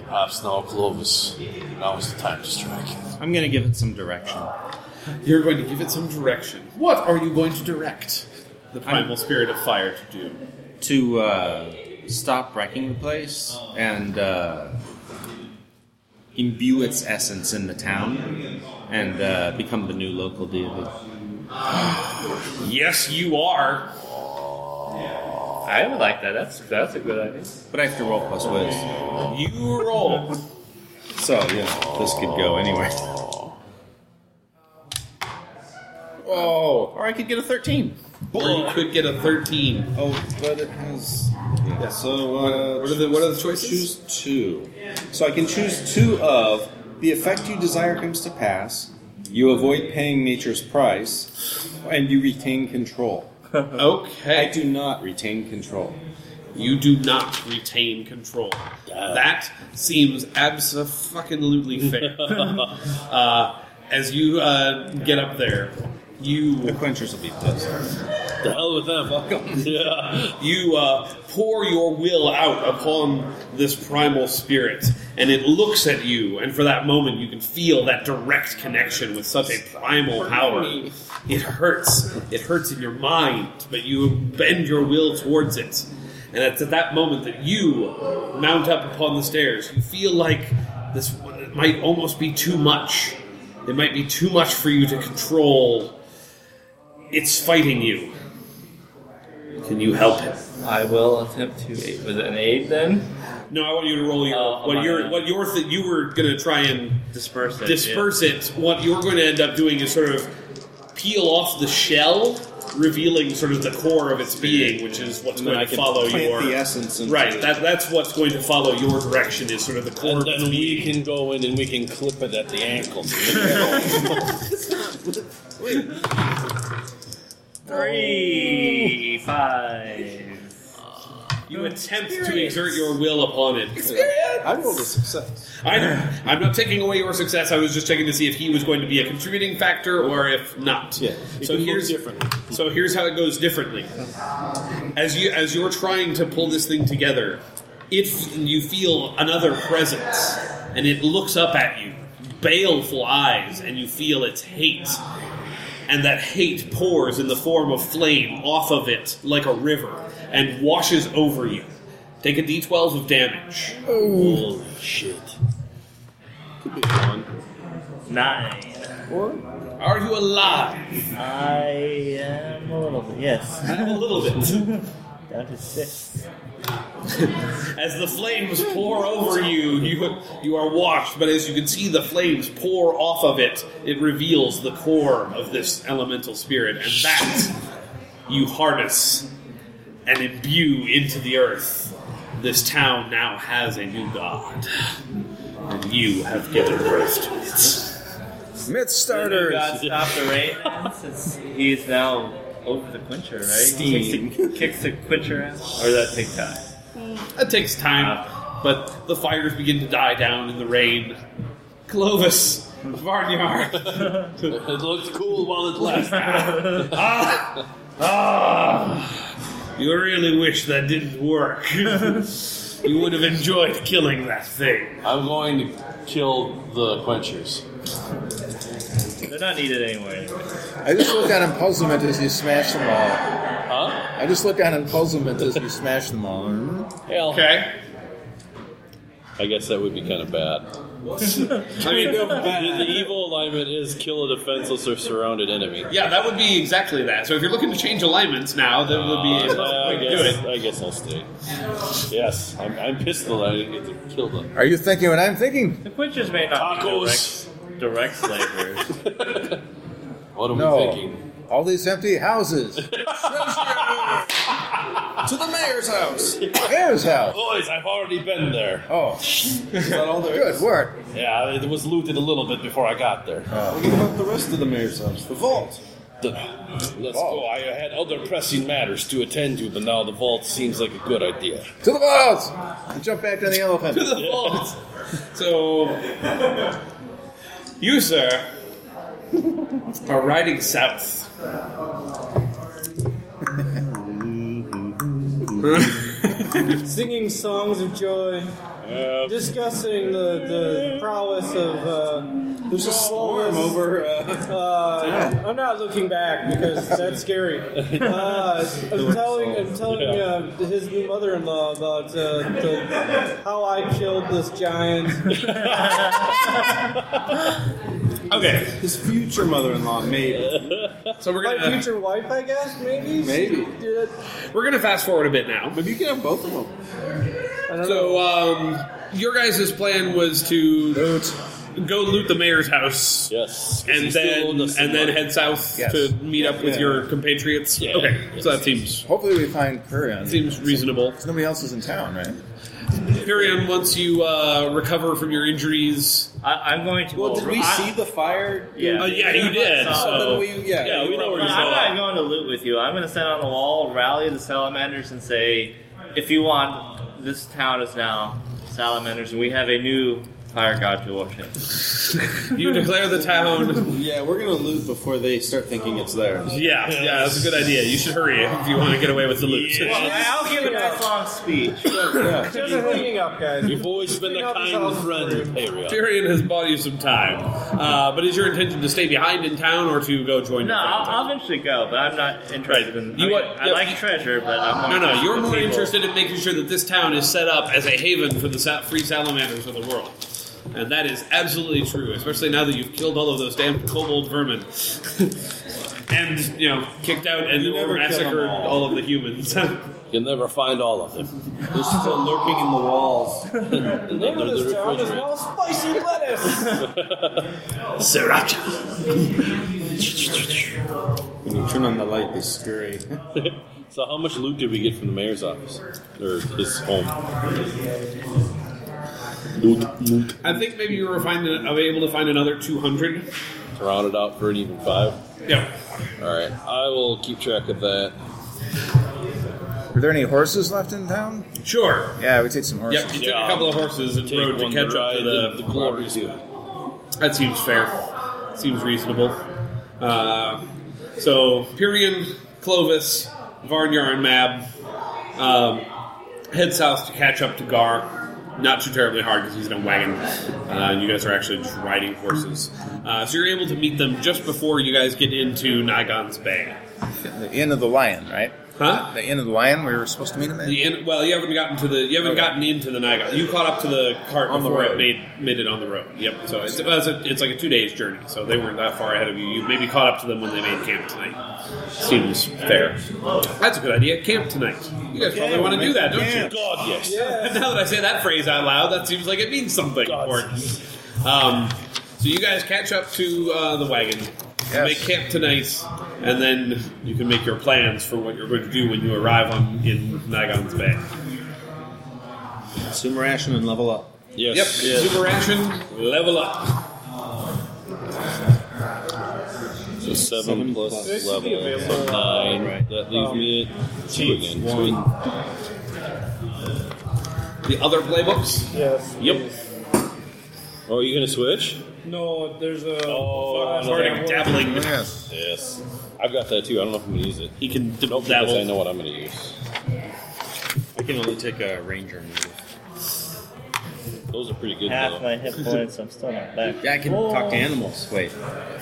S8: Perhaps now, Clovis. Now is the time to strike.
S7: I'm gonna give it some direction.
S4: You're going to give it some direction. What are you going to direct the primal spirit of fire to do?
S7: to uh, stop wrecking the place and uh, imbue its essence in the town and uh, become the new local deity.
S4: Yes, you are.
S9: I would like that. That's that's a good idea.
S7: But I have to roll plus whiz.
S4: You roll.
S7: So, yeah, this could go anywhere.
S5: Oh,
S7: Or I could get a 13.
S4: or you could get a 13.
S7: Oh, but it has. Yeah, so, uh,
S4: What are the, what are the choices?
S7: choose two. So I can choose two of the effect you desire comes to pass, you avoid paying nature's price, and you retain control. I
S4: Okay.
S7: do not retain control.
S4: You do not retain control. That seems absolutely fair. uh, as you uh, get up there,
S7: The
S4: you
S7: quenchers will be pissed.
S8: The hell with them. Yeah.
S4: you uh, pour your will out upon this primal spirit, and it looks at you. And for that moment, you can feel that direct connection with such a primal power. It hurts. It hurts in your mind, but you bend your will towards it. And it's at that moment that you mount up upon the stairs. You feel like this might almost be too much. It might be too much for you to control. It's fighting you. Can you help it?
S9: I will attempt to. Aid. Was it an aid then?
S4: No, I want you to roll your
S9: Oh,
S4: what
S9: I'm
S4: your
S9: not-
S4: what your th- you were gonna try and
S9: Disperse it.
S4: disperse it. What you're going to end up doing is sort of peel off the shell, revealing sort of the core of its being, which is what's
S7: And then
S4: going
S7: I
S4: to
S7: can
S4: follow
S7: plant
S4: your
S7: the essence into
S4: Oh, right.
S7: it.
S4: That that's what's going to follow your direction is sort of the core
S8: And
S4: of its
S8: then we
S4: being.
S8: can go in and we can clip it at the ankles.
S9: Three, five.
S7: Oh,
S4: You attempt to exert your will upon it.
S5: I rolled a success.
S4: I know. I'm not taking away your success. I was just checking to see if he was going to be a contributing factor or if not.
S7: Yeah. It
S4: So
S7: can look
S4: here's
S7: different.
S4: So here's how it goes differently. As you as you're trying to pull this thing together, if you feel another presence and it looks up at you, baleful eyes, and you feel its hate. And that hate pours in the form of flame off of it like a river and washes over you. Take a d12 of damage.
S9: Holy shit. Nine.
S4: Are you alive?
S9: I am a little bit. Yes.
S4: a little bit.
S9: Down to six.
S4: As the flames pour over you, you you are washed. But as you can see, the flames pour off of it. It reveals the core of this elemental spirit, and that you harness and imbue into the earth. This town now has a new god, and you have given birth to it.
S5: Myth
S9: You
S5: starters.
S9: got stopped the rain then, since he's now over the quencher, right?
S7: Steam.
S9: Kicks the, kicks the quencher out. Or that take time.
S4: That takes time, but the fires begin to die down in the rain. Clovis, Varnyard.
S8: It looked cool while it lasted.
S4: You really wish that didn't work. you would have enjoyed killing that thing.
S8: I'm going to kill the quenchers.
S9: They're not needed anyway.
S5: I just looked on in puzzlement as you smash them all.
S8: Huh?
S5: I just looked on in puzzlement as you smash them all. Hmm?
S8: Hell.
S4: Okay.
S8: I guess that would be kind of bad. I mean, the, the evil alignment is kill a defenseless or surrounded enemy.
S4: Yeah, that would be exactly that. So if you're looking to change alignments now, that would be a
S8: Uh, I,
S4: perfect way to do
S8: guess,
S4: it.
S8: I guess I'll stay. Yes, I'm, I'm pissed that I didn't get to kill them.
S5: Are you thinking what I'm thinking?
S9: The quenchers may not
S8: Tacos.
S9: be direct, direct slavers.
S8: What am I
S5: No.
S8: thinking?
S5: All these empty houses.
S3: To the mayor's house.
S5: Mayor's house.
S8: Boys, I've already been there.
S5: Oh,
S7: Is that all there
S5: good
S7: is?
S5: work.
S8: Yeah, it was looted a little bit before I got there.
S7: What about the rest of the mayor's house? The vault.
S8: The- Let's go. I had other pressing matters to attend to, but now the vault seems like a good idea.
S5: To the vaults! And jump back on the elephant.
S4: The vault. So, you, sir, are riding south.
S6: Singing songs of joy, discussing the, the prowess of. Uh, There's a storm
S7: Over. Uh,
S6: Uh, I'm not looking back because that's scary. Uh, I'm telling, I'm telling uh, his new mother-in-law about uh, the, how I killed this giant.
S4: Okay.
S7: his future mother-in-law, maybe.
S4: So we're
S6: My
S4: gonna
S6: future wife, I guess, maybe. uh,
S7: Maybe.
S6: Did it.
S4: we're gonna fast forward a bit now.
S7: Maybe you can have both of them.
S6: I don't know.
S4: So, um, your guys' plan was to go loot the mayor's house.
S8: Yes. 'cause he
S4: and
S8: still
S4: then
S8: owed us some
S4: and then
S8: money.
S4: head south
S5: Yes.
S4: to meet up with your compatriots.
S8: Yeah.
S4: Okay,
S8: Yes.
S4: so that seems
S5: Hopefully we find Kurion.
S4: seems reasonable.
S5: Nobody else is in town, right?
S4: Perion, once you uh, recover from your injuries,
S9: I, I'm going to.
S7: Well,
S9: roll-
S7: did we
S9: I-
S7: see the fire?
S9: Yeah.
S4: uh, yeah, you did.
S7: So
S4: So
S7: we, yeah,
S4: yeah, we know where
S9: But
S4: you
S9: I'm not
S4: saw.
S9: going to loot with you. I'm going to stand on the wall, rally the salamanders, and say, if you want, this town is now salamanders, and we have a new fire god to worship.
S4: You declare the town.
S7: Yeah, we're gonna loot before they start thinking it's theirs.
S4: Yeah, yeah, that's a good idea. You should hurry if you want to get away with the loot.
S9: I'll give a nice long speech.
S6: just cleaning up, guys.
S8: You've always been a
S6: Clean up his
S8: kind
S6: house
S8: friend, Period.
S4: Perion has bought you some time, uh, but is your intention to stay behind in town or to go join?
S9: No,
S4: your friend?
S9: I'll, I'll eventually go, but I'm not interested in.
S4: You
S9: I, mean,
S4: want-
S9: I
S4: yeah.
S9: like treasure, but I'm
S4: No,
S9: more
S4: no, you're
S9: interested in
S4: more
S9: people.
S4: interested in making sure that this town is set up as a haven for the sa- free salamanders of the world. And that is absolutely true, especially now that you've killed all of those damn kobold vermin. and, you know, kicked out and
S7: never kill them
S4: massacred
S7: all.
S4: all. of the humans. Perion
S8: You'll never find all of them.
S7: They're still lurking in the walls.
S6: The name of
S8: Under the
S6: this town is
S8: refrigerator.
S6: now Spicy Lettuce.
S7: When you turn on the light, they scurry.
S8: So, how much loot did we get from the mayor's office or his home? Loot, loot.
S4: uh, I think maybe you were find- able to find another 200.
S10: to round it out for an even five?
S4: Yeah.
S10: All right, I will keep track of that.
S5: Were there any horses left in town?
S4: Sure.
S5: Yeah, we take some horses.
S4: Yep, you took a couple of horses and
S10: Take
S4: rode to
S10: one
S4: catch
S10: to
S4: up to
S10: ride
S4: the,
S10: the- the
S4: glory. That seems fair. Seems reasonable. Uh, so Pyrian, Clovis, Varnyar, and Mab um, head south to catch up to Gar. Not too terribly hard because he's in a wagon. Uh, you guys are actually just riding horses, uh, so you're able to meet them just before you guys get into Nagon's Bay.
S5: The Inn of the Lion, right?
S4: Huh?
S5: The Inn of the Lion. We were supposed to meet him at.
S4: The in, well, you haven't gotten to the you haven't gotten into the Niagara. You caught up to the cart
S5: On the
S4: before it
S5: road.
S4: made made it on the road. Yep. So it's, well, it's, a, it's like a two days journey. So they weren't that far ahead of you. You maybe caught up to them when they made camp tonight. Seems fair. That's a good idea. Camp tonight. You guys probably want to do that, don't you?
S8: God, yes.
S4: now that I say that phrase out loud, that seems like it means something important. Um, so you guys catch up to uh, the wagon, make camp tonight, and then you can make your plans for what you're going to do when you arrive on in Nagon's Bay.
S7: Consumer ration and level up.
S10: Yes.
S4: Yep, super action, level up.
S10: So seven, plus,
S6: plus.
S10: level,
S6: It should be
S10: so
S6: available,
S10: nine.
S6: right.
S10: That leaves
S6: Um,
S10: me at two again. Two.
S4: The other playbooks?
S6: Yes.
S4: Yep.
S10: Oh, are you gonna switch?
S6: No, there's a.
S10: Oh,
S6: fuck,
S10: no.
S6: sorry,
S4: Already dabbling.
S5: Yes.
S10: Yes. I've got that too. I don't know if I'm gonna use it.
S4: He can d-
S10: Because I
S4: dabble.
S10: know what I'm gonna use.
S7: I can only take a ranger. move.
S10: Those are pretty good.
S9: Half
S10: though.
S9: my hit points, I'm still not back.
S7: Yeah, I can talk to animals. Wait.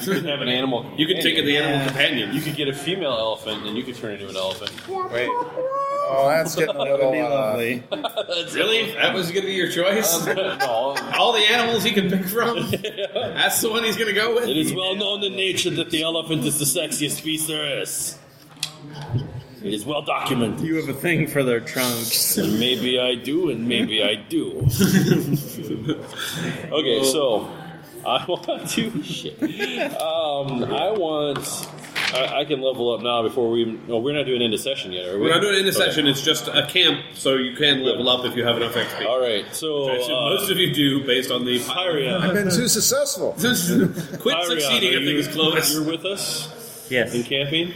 S10: You can have an animal.
S4: You can take the animal
S7: Yeah.
S4: companion.
S10: You could get a female elephant, and you could turn into an elephant.
S5: Wait. Oh, that's getting a little.
S7: Be
S5: Uh,
S7: lovely.
S4: Really? That was going to be your choice?
S10: No,
S4: All the animals he can pick from? That's the one he's going to go with?
S8: It is well known in nature that the elephant is the sexiest beast there is. It is well documented.
S7: You have a thing for their trunks.
S8: And maybe I do, and maybe I do.
S10: Okay, so I want to. Shit. Um, I want. I, I can level up now before we. No, we're not doing into session yet, are we?
S4: We're not doing an
S10: Okay.
S4: intersection, it's just a camp, so you can level up if you have enough XP.
S10: All right, so
S4: Which most
S10: uh,
S4: of you do based on the
S5: I've
S10: Pyria,
S5: been too successful.
S4: Quit
S10: Pyria,
S4: succeeding
S10: are
S4: at things,
S10: you-
S4: Clovis.
S10: You're with us in
S9: Yes.
S10: camping.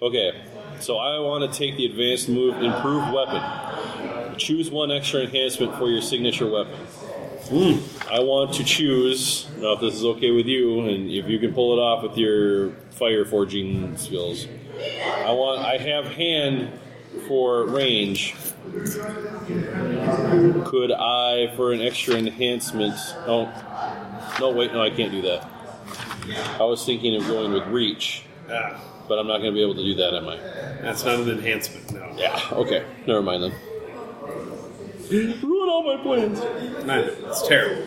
S10: Okay, so I want to take the advanced move, improved weapon. Choose one extra enhancement for your signature weapon. I want to choose. Now, if this is okay with you, and if you can pull it off with your fire forging skills, I want. I have hand for range. Could I, for an extra enhancement? No, no. Wait, no, I can't do that. I was thinking of going with reach,
S4: Ah,
S10: but I'm not going to be able to do that, am I?
S4: that's not an enhancement, no.
S10: Yeah. Okay. Never mind then. Ruin all my plans.
S4: No, It's terrible.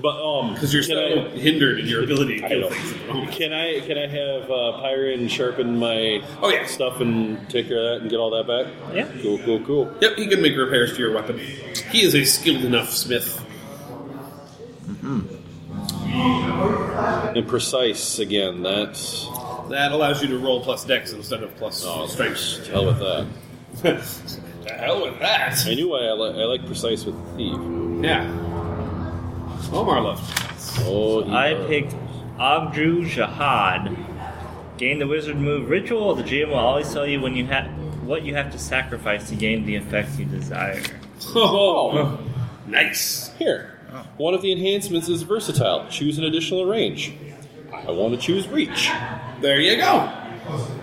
S10: But um,
S4: Because you're so
S10: can I-
S4: hindered in your ability to
S10: I
S4: kill
S10: know.
S4: things at the moment.
S10: Can I can I have uh, Pyron sharpen my
S4: Oh, yeah.
S10: stuff and take care of that and get all that back?
S9: Yeah.
S10: Cool, cool, cool.
S4: Yep, he can make repairs to your weapon. He is a skilled enough smith. Mm-hmm.
S10: And precise again. That's
S4: That allows you to roll plus dex instead of plus strength.
S10: hell with that.
S4: the hell with that.
S10: I knew I I, li- I like precise with thief.
S4: Yeah. Omar left.
S10: Oh, he
S9: I
S10: does.
S9: picked Abdru Jihad. Gain the wizard move ritual. The GM will always tell you when you have what you have to sacrifice to gain the effect you desire.
S4: Oh, nice. Oh.
S10: here. One of the enhancements is versatile. Choose an additional range. I want to choose reach.
S4: There you go.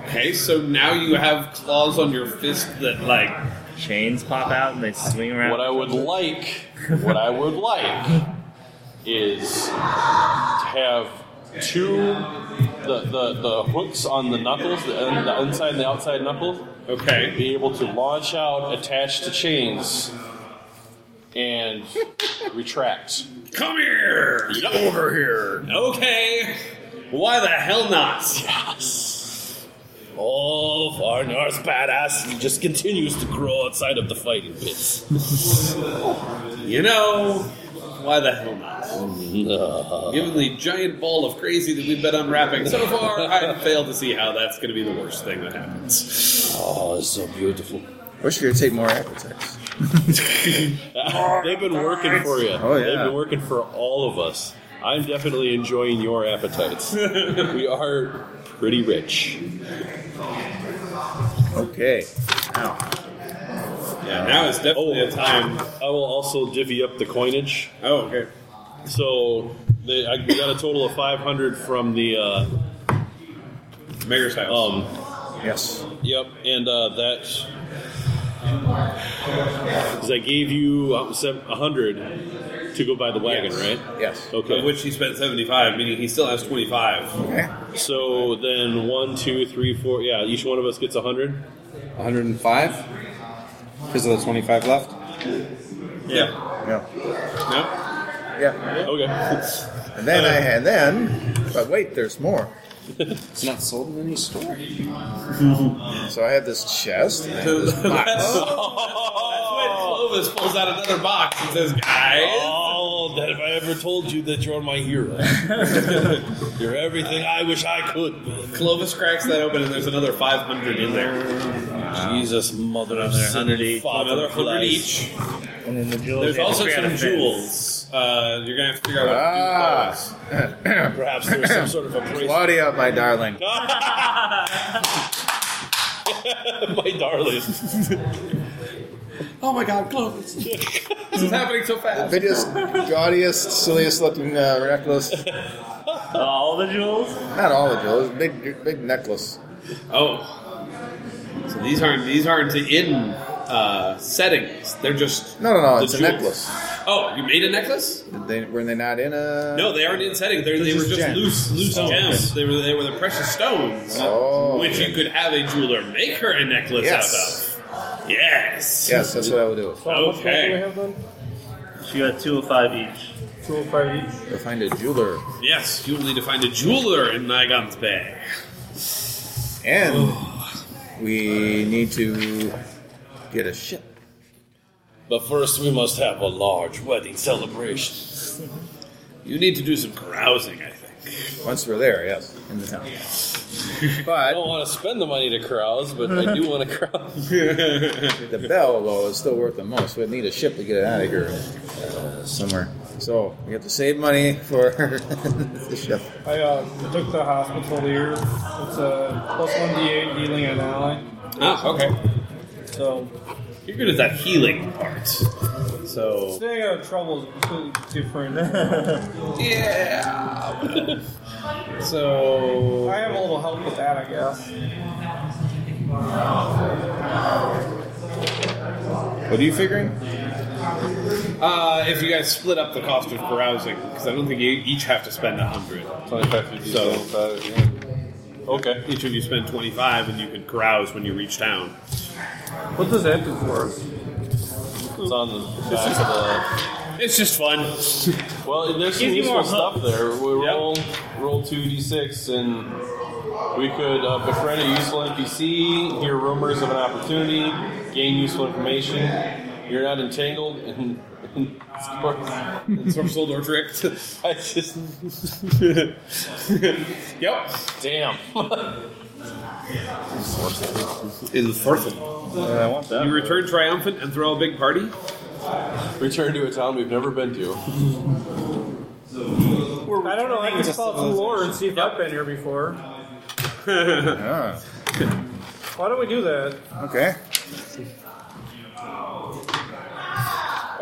S4: Okay, so now you have claws on your fist that, like,
S9: Chains pop out and they swing around.
S10: What I would like, what I would like, is to have two the, the, the hooks on the knuckles, the, un- the inside and the outside knuckles,
S4: okay.
S10: be able to launch out, attach to chains, and retract.
S4: Come here! Get over here! Okay! Why the hell not?
S8: Oh, Varnar's badass just continues to grow outside of the fighting pits.
S4: You know, why the hell not?
S8: Uh,
S4: Given the giant ball of crazy that we've been unwrapping so far, I fail to see how that's going to be the worst thing that happens.
S8: oh, it's so beautiful.
S5: Wish we could take more appetites.
S10: They've been working for you.
S5: Oh, yeah.
S10: They've been working for all of us. I'm definitely enjoying your appetites. we are pretty rich.
S5: Okay. Now.
S10: Yeah, now is definitely a time. I will also divvy up the coinage. Oh, okay. So they, I we got a total of 500 from the. Uh, Mayor's house. Um,
S5: yes.
S10: Yep, and uh, that. Because I gave you uh, sev- 100 to go buy the wagon, right?
S5: Yes.
S10: Okay.
S4: Of which he spent 75, meaning he still has 25.
S10: So then one, two, three, four. Yeah, each one of us gets 100.
S7: 105? Because of the 25 left?
S10: Yeah.
S5: No.
S10: No?
S5: Yeah.
S10: Okay.
S5: And then I and then, but wait, there's more.
S7: It's not sold in any store.
S5: So I have this chest. And I have this
S4: That's,
S5: box.
S4: that's when Clovis pulls out another box and says, "Guys,
S8: Oh, that if I ever told you that you're my hero. you're everything I wish I could be.
S4: Clovis cracks that open and there's another 500 in there.
S8: Jesus, mother of sin, father
S4: another
S8: of
S4: 100
S8: Christ.
S4: each.
S11: And then the jewels.
S4: There's
S11: had to
S4: also
S11: create
S4: some
S11: a fence.
S4: jewels. Uh, you're going to have to figure out what to do
S5: Ah.
S4: with those.
S8: Perhaps there's some sort of a bracelet.
S5: Claudia, my darling.
S8: my darling.
S4: Oh my god, Clovis. this is happening so fast.
S5: Biggest, gaudiest, silliest looking uh, necklace.
S9: Uh, All the jewels?
S5: Not all of those. Big, big necklace.
S11: Ah.
S4: Oh. So these aren't these aren't in uh, settings. They're just
S5: No, no, no.
S4: the
S5: It's a
S4: jewels.
S5: necklace.
S4: Oh, you made a necklace?
S5: Did they, were they not in a?
S4: No, they aren't in settings. They're, they were
S5: just
S4: just
S5: gems.
S4: loose loose gems. They were they were the precious stones,
S5: Oh.
S4: which you could have a jeweler make her a necklace
S5: Yes.
S4: out of. Yes.
S5: Yes, that's what I will do.
S6: So how much money
S4: Okay.
S6: do we have then?
S9: She got two of five each.
S6: Two or five each.
S5: Go find a jeweler.
S4: Yes, you will need to find a jeweler in Nygon's Bay.
S5: And we need to get a ship.
S8: But first, we must have a large wedding celebration.
S4: You need to do some carousing, I think.
S5: Once we're there, yes, in the town. But
S10: I don't want to spend the money to carouse, but I do want to carouse.
S5: the bell, though, is still worth the most. We'd need a ship to get it out of here uh, somewhere. So we have to save money for the ship.
S6: I uh, took the hospitalier. It's a plus one d8 dealing an ally.
S4: Ah, okay.
S6: So
S4: You're good at that healing part. So
S6: staying out of trouble is completely different.
S4: yeah. so
S6: I have a little help with that, I guess.
S5: What are you figuring?
S4: uh, if you guys split up the cost of carousing, because I don't think you each have to spend a hundred. So okay, each of you spend twenty five, and you can carouse when you reach town.
S6: What does that do for us?
S10: It's on the back of
S4: It's just fun.
S10: the. Well, there's
S9: Gives
S10: some
S9: you
S10: useful
S9: more
S10: stuff there. We
S4: Yep.
S10: roll roll two d6, and we could uh, befriend a useful NPC, hear rumors of an opportunity, gain useful information. You're not entangled, and, and
S4: Some sold or tricked.
S10: I just
S4: yep.
S10: damn.
S11: I want that.
S4: You return triumphant and throw a big party.
S10: Return to a town we've never been to.
S6: I don't know. I can call to lore and see if I've been here before.
S5: Ah,
S6: Why don't we do that?
S5: okay.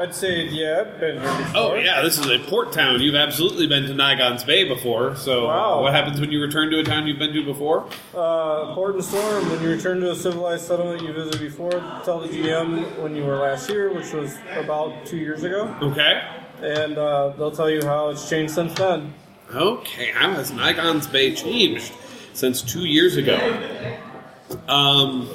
S6: I'd say, yeah, I've been here before.
S4: Oh yeah, this is a port town. You've absolutely been to Nygons Bay before. So
S11: Oh.
S6: Wow.
S4: what happens when you return to a town you've been to before?
S6: Uh, port and storm. When you return to a civilized settlement you visited before, tell the GM when you were last here, which was about two years ago,
S4: Okay.
S6: and uh, they'll tell you how it's changed since then.
S4: Okay, how has Nygons Bay changed since two years ago? Um,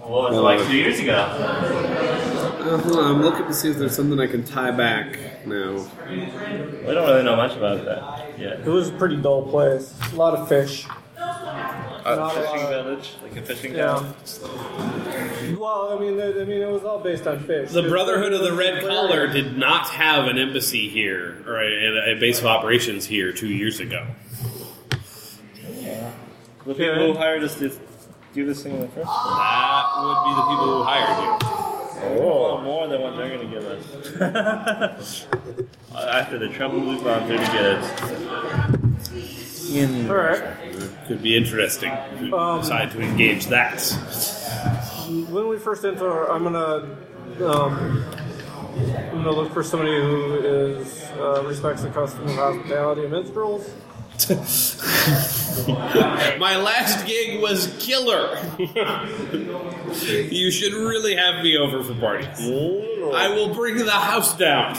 S9: What was it like two years ago?
S4: uh, hold on, I'm looking to see if there's something I can tie back now.
S9: We don't really know much about that yet.
S6: It was a pretty dull place. A lot of fish. Not a lot
S9: Fishing
S6: of-
S9: village, like a fishing
S6: Yeah.
S9: town.
S6: Well, I mean, th- I mean, it was all based on fish.
S4: The Brotherhood of the Red Collar did not have an embassy here or a, a base of operations here two years ago.
S9: The people who hired us to do this thing in the first place.
S10: That would be the people who hired you.
S9: Oh. More than what they're going to give us. After the trouble we've gone through to get us.
S6: In. All right.
S8: Could be interesting. if we
S6: Um,
S8: decide to engage that.
S6: When we first enter, I'm gonna, um, I'm gonna look for somebody who is uh, respects the custom of hospitality of minstrels.
S4: My last gig was killer. you should really have me over for parties. I will bring the house down.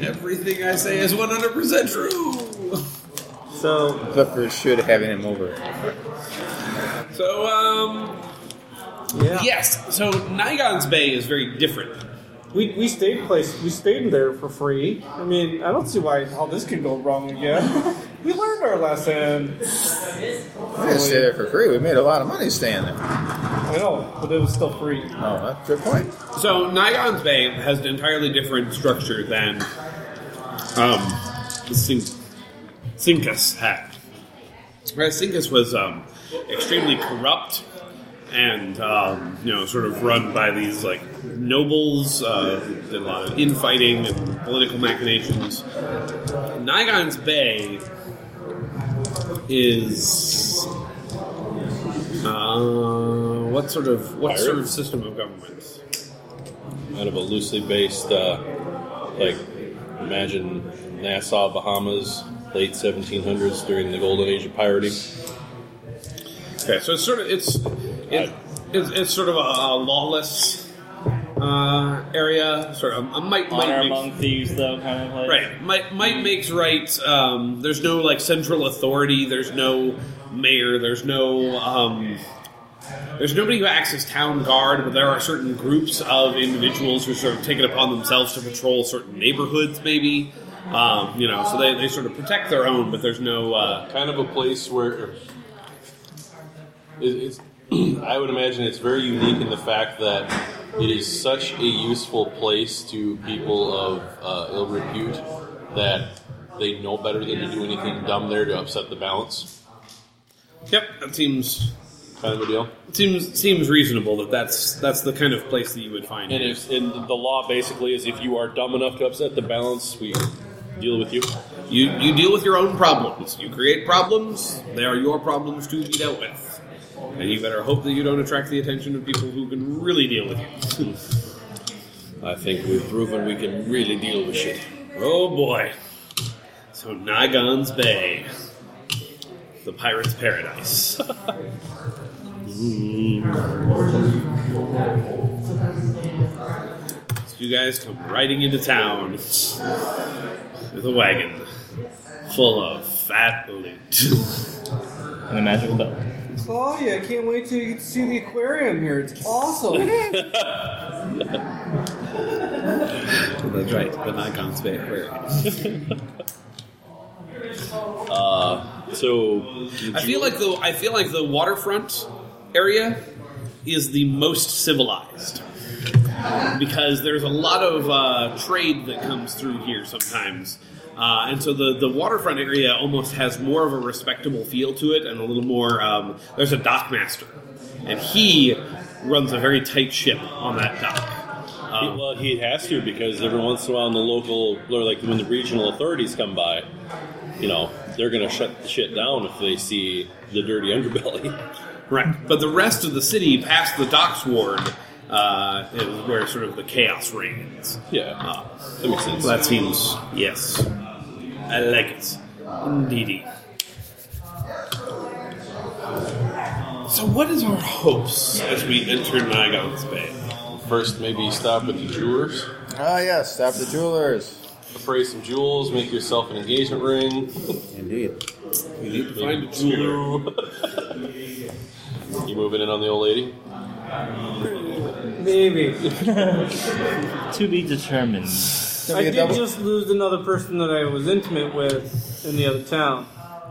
S4: Everything I say is 100% true.
S6: So
S5: Clippers should have him over.
S4: So, um. Yes, so Nigon's Bay is very different.
S6: We, we stayed place we stayed there for free. I mean, I don't see why how this can go wrong again. we learned our lesson.
S5: We didn't stay there for free. We made a lot of money staying there.
S6: I know, but it was still free.
S5: Oh, that's a good point.
S4: So Nigon's Bay has an entirely different structure than um, Syn- Syncus had. Whereas Syncus was um, extremely corrupt and um, you know sort of run by these like nobles, uh, did a lot of infighting and political machinations. Nigon's Bay is uh, what sort of what sort of system of government?
S10: Kind of a loosely based, uh, like, imagine Nassau, Bahamas, late 1700s during the golden age of pirating.
S4: Okay, so it's sort of it's it, it's, it's sort of a, a lawless uh, area, sort of a might might
S9: Honor
S4: makes-
S9: among thieves, though, kind of like.
S4: right might might makes right. Um, there's no like central authority. There's no mayor. There's no um, there's nobody who acts as town guard, but there are certain groups of individuals who sort of take it upon themselves to patrol certain neighborhoods, maybe. Um, you know, so they, they sort of protect their own, but there's no uh,
S10: kind of a place where It- It's, I would imagine it's very unique in the fact that it is such a useful place to people of uh, ill repute that they know better than to do anything dumb there to upset the balance.
S4: Yep, that seems
S10: kind of a deal.
S4: It seems seems reasonable that that's that's the kind of place that you would find.
S10: And
S4: it.
S10: if and the law basically is if you are dumb enough to upset the balance, we deal with you.
S4: You you deal with your own problems. You create problems. They are your problems to be dealt with. And you better hope that you don't attract the attention of people who can really deal with you.
S10: I think we've proven we can really deal with shit.
S4: oh boy. So Nagon's Bay. The pirate's paradise. So you guys come riding into town with a wagon full of fat loot.
S9: And a magical belt.
S6: Oh yeah, I can't wait till you get to see the aquarium here. It's awesome.
S4: That's right, the Nikon's Bay Aquarium.
S10: Uh, so
S4: I feel like the I feel like the waterfront area is the most civilized because there's a lot of uh, trade that comes through here sometimes. Uh, and so the, the waterfront area almost has more of a respectable feel to it and a little more. Um, there's a dock master, and he runs a very tight ship on that dock.
S10: He- well, he has to because every once in a while, in the local or like when the regional authorities come by, you know, they're going to shut the shit down if they see the dirty underbelly.
S4: Right. But the rest of the city, past the docks ward, uh, is where sort of the chaos reigns.
S10: Yeah.
S4: Uh,
S10: that makes sense.
S4: That seems, yes. I like it. Indeedy. So, what is our hopes as we enter Nigon's Bay?
S10: First, maybe stop at the jewelers,
S5: Ah, yes, stop the jewelers.
S10: affray some jewels, make yourself an engagement ring.
S5: Indeed.
S10: You need to find a jeweler. you moving in on the old lady?
S6: Maybe.
S9: to be determined.
S6: I did just lose another person that I was intimate with in the other town.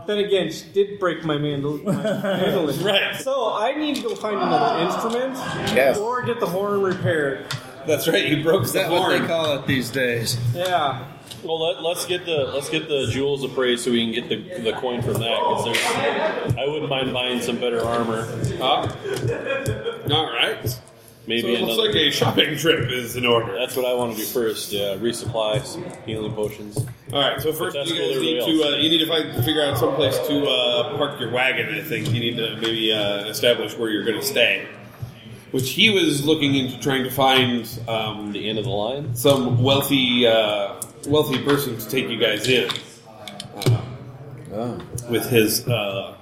S6: Then again, she did break my mandolin. right. So I need to go find another instrument
S5: Yes.
S6: or get the horn repaired.
S4: That's right. He broke
S10: Is
S4: the
S10: that what they
S4: horn.
S10: call it these days?
S6: Yeah.
S10: Well, let, let's get the let's get the jewels appraised so we can get the, the coin from that. 'cause there's, I wouldn't mind buying some better armor.
S4: All right.
S10: Maybe
S4: So it looks
S10: another-
S4: like a shopping trip is in order.
S10: That's what I want to do first. Yeah, resupply some healing potions.
S4: All right. So first,
S10: But that's
S4: you guys
S10: what
S4: need
S10: everybody
S4: to
S10: else
S4: uh, you need to find, figure out some place to uh, park your wagon. I think you need to maybe uh, establish where you're going to stay. Which he was looking into trying to find um, the
S10: end of the line.
S4: Some wealthy uh, wealthy person to take you guys in. Uh,
S10: Oh.
S4: With his uh,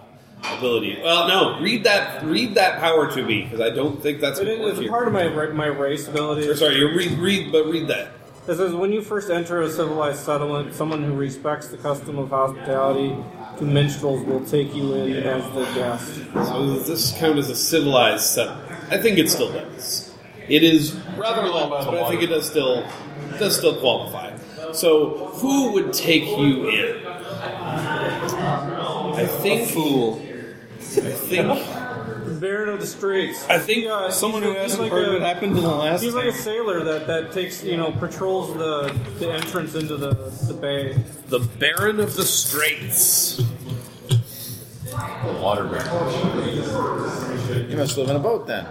S4: ability. Well, no. Read that. Read that power to me because I don't think that's.
S6: It is it's part of my ra- my race ability.
S4: Or sorry, you read read but read that.
S6: It says when you first enter a civilized settlement, someone who respects the custom of hospitality to minstrels will take you in as their guest.
S4: So does this count as a civilized settlement? I think it still does. It is rather low, but I think it does still does still qualify. So who would take you in? I think fool. I think
S6: Baron of the streets.
S4: I think
S6: someone
S4: who hasn't heard what happened in the last
S6: He's like a sailor that, that takes you know patrols the, the entrance into the, the bay.
S4: the Baron of the Straits.
S5: Water You must live in a boat then.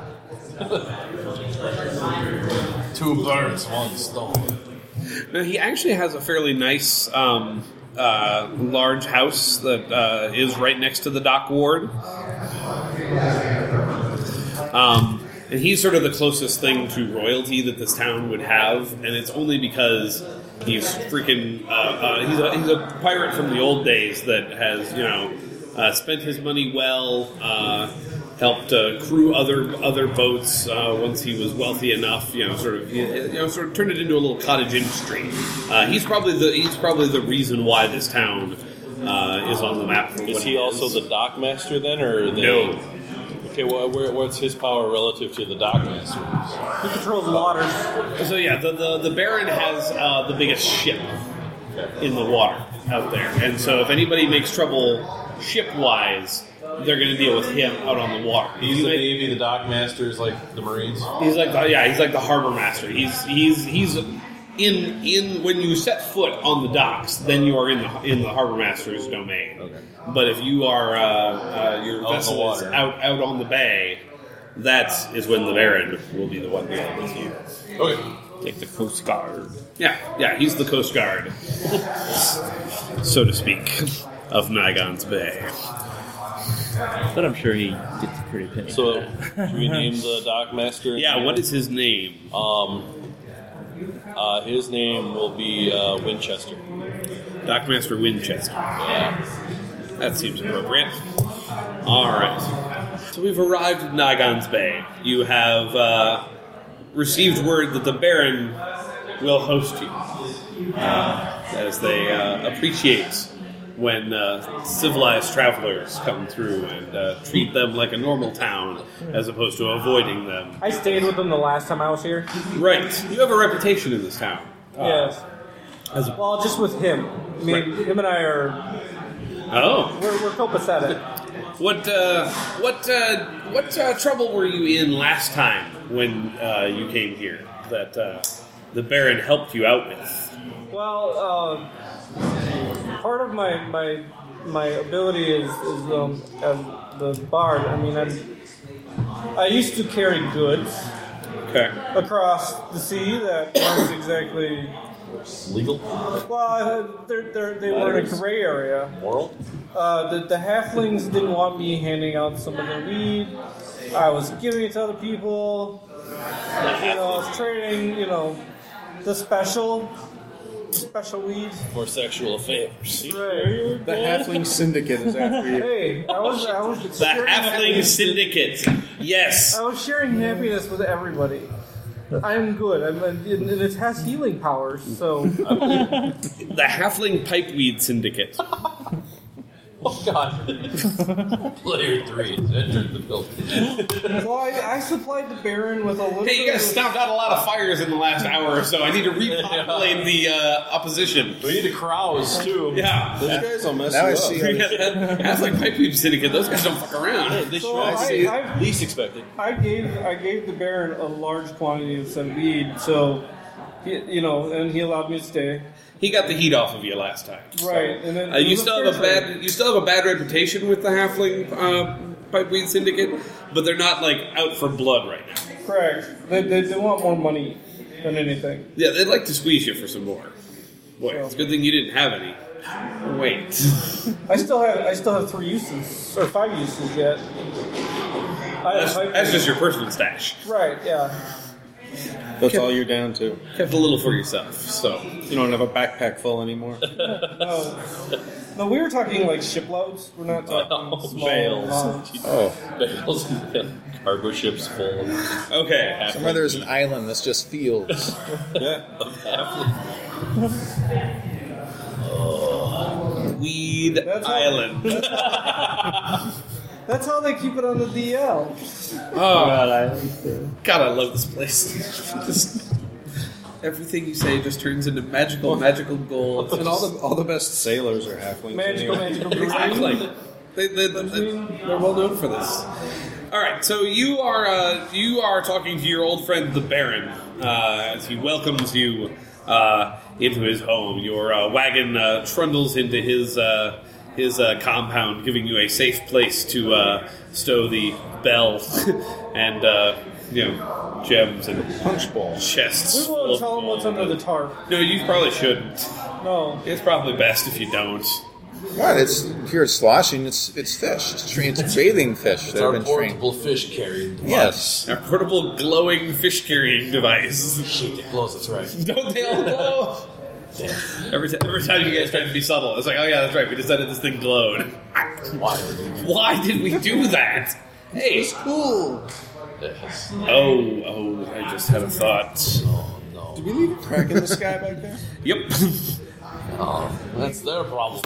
S8: Two birds, one stone.
S4: No, he actually has a fairly nice, um, uh, large house that uh, is right next to the dock ward. Um, and he's sort of the closest thing to royalty that this town would have, and it's only because he's freaking. Uh, uh, he's, a, he's a pirate from the old days that has, you know, uh, spent his money well, uh, helped uh, crew other other boats uh, once he was wealthy enough. You know, sort of, you know, sort of turned it into a little cottage industry. Uh, he's probably the he's probably the reason why this town uh, is on the map. for
S10: Is
S4: what
S10: he
S4: it
S10: also the dock master then, or the,
S4: No.
S10: Okay, well, where, what's his power relative to the dock master?
S6: He controls the waters.
S4: So yeah, the the, the Baron has uh, the biggest ship in the water out there, and so if anybody makes trouble ship wise, they're going to deal with him out on the water.
S10: He's
S4: You
S10: the
S4: may-
S10: navy. The dock master is like the marines.
S4: He's like the, yeah, he's like the harbor master. He's he's he's in in when you set foot on the docks, then you are in the in the harbor master's domain. Okay. But if you are uh, uh, your
S10: Out in the
S4: vessel is
S10: water.
S4: out out on the bay, that is when the Baron will be the one dealing with you.
S10: Okay.
S4: Like the Coast Guard. Yeah, yeah, he's the Coast Guard, so to speak, of Nigon's Bay.
S9: But I'm sure he gets a pretty penny.
S10: So, do we name the dock master?
S4: Yeah, what is his name?
S10: Um, uh, his name will be uh, Winchester.
S4: Dock Master Winchester. That seems appropriate. All right. So we've arrived at Nagon's Bay. You have uh, received word that the Baron will host you, uh, as they uh, appreciate when uh, civilized travelers come through and uh, treat them like a normal town, as opposed to avoiding them.
S6: I stayed with them the last time I was here.
S4: Right. You have a reputation in this town.
S6: yes. well, just with him. I mean, him and I are
S4: Oh.
S6: we're, we're copacetic.
S4: What uh, what uh, what uh, trouble were you in last time when uh, you came here? That uh, the Baron helped you out with.
S6: Well, uh, part of my my my ability is, is um, as the bard. I mean, I'm, I used to carry goods
S4: Okay.
S6: across the sea that weren't exactly
S10: Legal?
S6: well. uh, They're, they're, they were in a
S10: Letters?
S6: gray area.
S10: Moral?
S6: Uh, the, the halflings didn't want me handing out some of their weed. I was giving it to other people. You know, I was trading. You know, the special special weed.
S10: For sexual favors.
S6: Right.
S5: The Halfling Syndicate is after you.
S6: Hey, I was, I was
S4: The Halfling Syndicate. Yes.
S6: I was sharing happiness with everybody. I'm good. I'm, and and it has healing powers, so
S4: The Halfling Pipeweed Syndicate.
S8: Oh god. Player three has entered the building.
S6: well, I, I supplied the Baron with a little.
S4: Hey, you
S6: bit
S4: guys
S6: of-
S4: stomped out a lot of fires in the last hour or so. I need to repopulate the uh, opposition.
S8: We need the crows too.
S4: Yeah,
S7: Those guys will mess
S4: Now
S7: you
S4: I
S7: up.
S4: see how this- Yeah, that's like Pipe Weave Syndicate. Those guys don't fuck around.
S7: they
S6: So should. I see I- it.
S7: least expected.
S6: I gave I gave the Baron a large quantity of some weed, so he, you know, and he allowed me to stay.
S4: He got the heat off of you last time. so.
S6: Right, and then-
S4: Uh, you
S6: and
S4: still
S6: the
S4: have a
S6: fair
S4: bad you still have a bad reputation with the halfling uh, pipe weed syndicate, but they're not like out for blood right now.
S6: Correct. They, they, they want more money than anything.
S4: Yeah, they'd like to squeeze you for some more. Boy, it's a good thing you didn't have any. Wait,
S6: I still have I still have three uses or five uses yet. I
S4: that's,
S6: I-
S4: that's just your personal stash.
S6: Right. Yeah.
S7: That's all you're down to.
S4: Kept a little for yourself, so
S7: you don't have a backpack full anymore.
S6: No. No, we were talking like shiploads. We're not
S4: Oh,
S6: talking small amounts.
S10: Oh. Bales and cargo ships full.
S4: Okay.
S5: Somewhere there's an island that's just fields.
S7: yeah.
S4: Weed Island.
S6: That's how they keep it on the DL.
S4: Oh, God, I love this place. This- everything you say just turns into magical, magical gold.
S7: and all the all the best sailors are halflings.
S6: Magical, magical green.
S4: Exactly. They, they, are well known for this. All right, so you are uh, you are talking to your old friend the Baron uh, as he welcomes you uh, into his home. Your uh, wagon uh, trundles into his uh, his uh, compound, giving you a safe place to uh, stow the bell and uh, you know gems and
S7: punch balls,
S4: chests.
S6: We
S4: full
S6: won't
S4: of
S6: tell them what's under the tarp.
S4: no, you probably shouldn't.
S6: No.
S4: It's probably best if you don't.
S5: What? It's here. It's sloshing. It's it's fish. It's, tra- it's bathing fish that
S8: Our
S5: have been trained.
S8: portable fish carrying.
S5: Yes.
S4: A portable glowing fish carrying device.
S8: Shit, it blows. That's right.
S4: Don't they all glow? every, ti- every time you guys try to be subtle, it's like, oh yeah, that's right, we decided this thing glowed.
S8: Why? would we do
S4: Why did we do that? Hey, it's cool.
S8: this?
S4: Oh, oh, I just had a thought.
S8: Oh no.
S7: Did we leave a crack in the sky back there?
S4: Yep.
S8: Oh, that's their problem.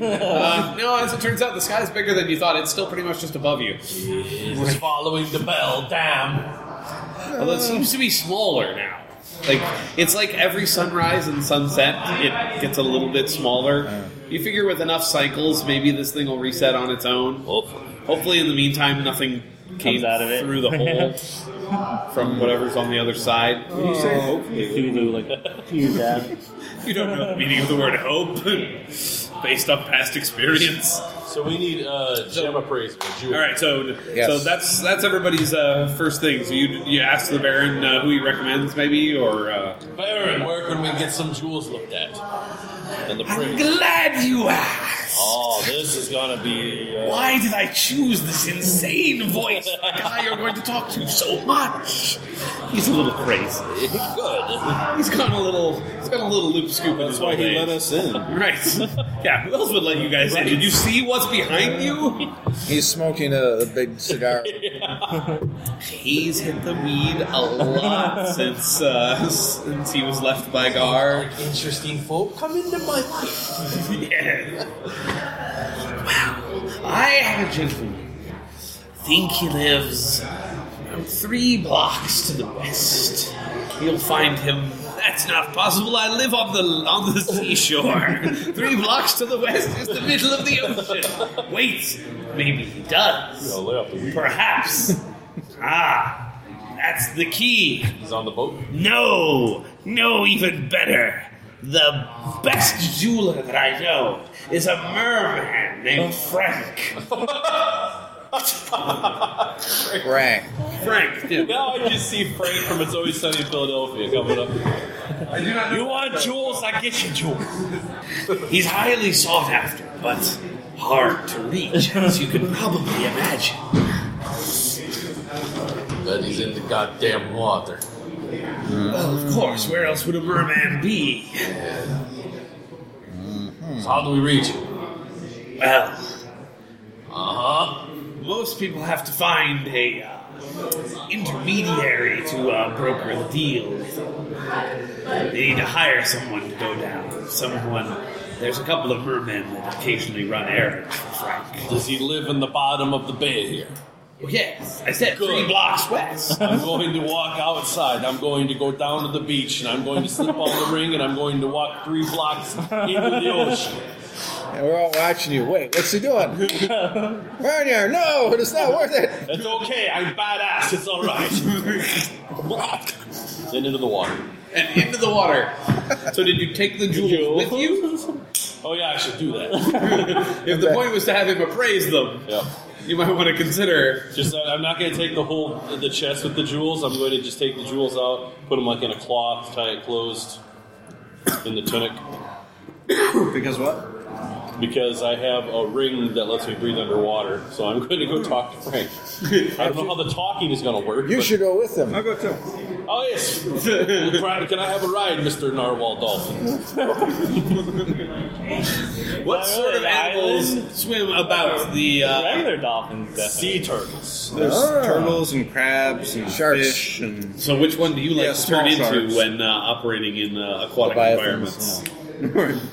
S8: No.
S4: Uh, no, as it turns out, the sky's bigger than you thought. It's still pretty much just above you.
S8: He's following the bell. Damn.
S4: Although it seems to be smaller now. Like it's like every sunrise and sunset, it gets a little bit
S7: Uh.
S4: smaller. You figure with enough cycles, maybe this thing will reset on its own.
S8: Hopefully.
S4: Hopefully, in the meantime, nothing came
S9: Comes out of it.
S4: through the hole from whatever's on the other side. Oh,
S7: You say hopefully.
S9: Cthulhu, like, use that.
S4: You don't know the meaning of the word hope based on past experience.
S8: So we need uh, gem appraisal. a jewel.
S4: All right, so
S5: Yes.
S4: so that's that's everybody's uh, first thing. So you you ask the Baron uh, who he recommends, maybe, or uh,
S8: Baron, where can we get some jewels looked at? And the prince.
S4: glad you asked.
S8: Oh, this is gonna be. Uh,
S4: Why did I choose this insane voice? The guy you're going to talk to so much. He's a little crazy.
S8: Good.
S4: He's gone a little. He's got a little loop scoop.
S7: That's why he let us in.
S4: Right. Yeah. Who else would let you guys in? Did you see what's behind you?
S5: He's smoking a, a big cigar.
S4: He's hit the weed a lot since uh, since he was left by Gar.
S8: Interesting folk come into my life.
S4: Yeah. Wow. I have a gentleman. Think he lives around three blocks to the west. You'll find him. That's not possible. I live on the on the seashore. three blocks to the west is the middle of the ocean. Wait, maybe he does.
S8: Oh, up the weed.
S4: Perhaps. Ah, that's the key.
S8: He's on the boat.
S4: No, no, even better. The best jeweler that I know is a merman named Frank.
S5: Frank.
S4: Frank, dude.
S8: Now I just see Frank from It's Always Sunny in Philadelphia coming up.
S4: I do not
S8: You want jewels? I get you jewels.
S4: He's highly sought after, but hard to reach, as you can probably imagine.
S8: But he's in the goddamn water.
S4: Well, of course, where else would a merman be? Mm-hmm.
S8: So how do we reach him?
S4: Well,
S8: Uh
S4: Uh-huh.
S8: huh.
S4: most people have to find a uh, intermediary to uh, broker a deal. They need to hire someone to go down, someone
S12: There's a couple of mermen that occasionally run errands for Frank.
S10: Does he live in the bottom of the bay here?
S4: Oh,
S12: Yes, I said three blocks west.
S10: I'm going to walk outside. I'm going to go down to the beach, and I'm going to slip on the ring, and I'm going to walk three blocks into the ocean.
S5: And we're all watching you. Wait, what's he doing? Ragnar, no, it's not worth it.
S10: It's okay. I'm badass. It's all right. and into the water.
S4: And into the water. So did you take the jewels with you?
S10: Oh yeah, I should do that.
S4: if the point was to have him appraise them, you might want to consider.
S10: Just, uh, I'm not going to take the whole the chest with the jewels. I'm going to just take the jewels out, put them like in a cloth, tie it closed in the tunic.
S7: because what?
S10: Because I have a ring that lets me breathe underwater, so I'm going to
S7: Hmm.
S10: go talk to Frank. I don't know how the talking is going to work.
S5: You
S10: but-
S5: should go with him.
S10: I'll
S5: go too.
S10: Oh yes. Can I have a ride, Mister Narwhal Dolphin?
S4: What sort of animals swim about the uh,
S13: regular dolphins?
S4: Sea turtles.
S7: There's turtles and crabs and fish and.
S4: So which one do you like
S7: Yeah,
S4: to
S7: small
S4: turn into
S7: sharks.
S4: when uh, operating in uh, aquatic
S7: Leviathans,
S4: environments?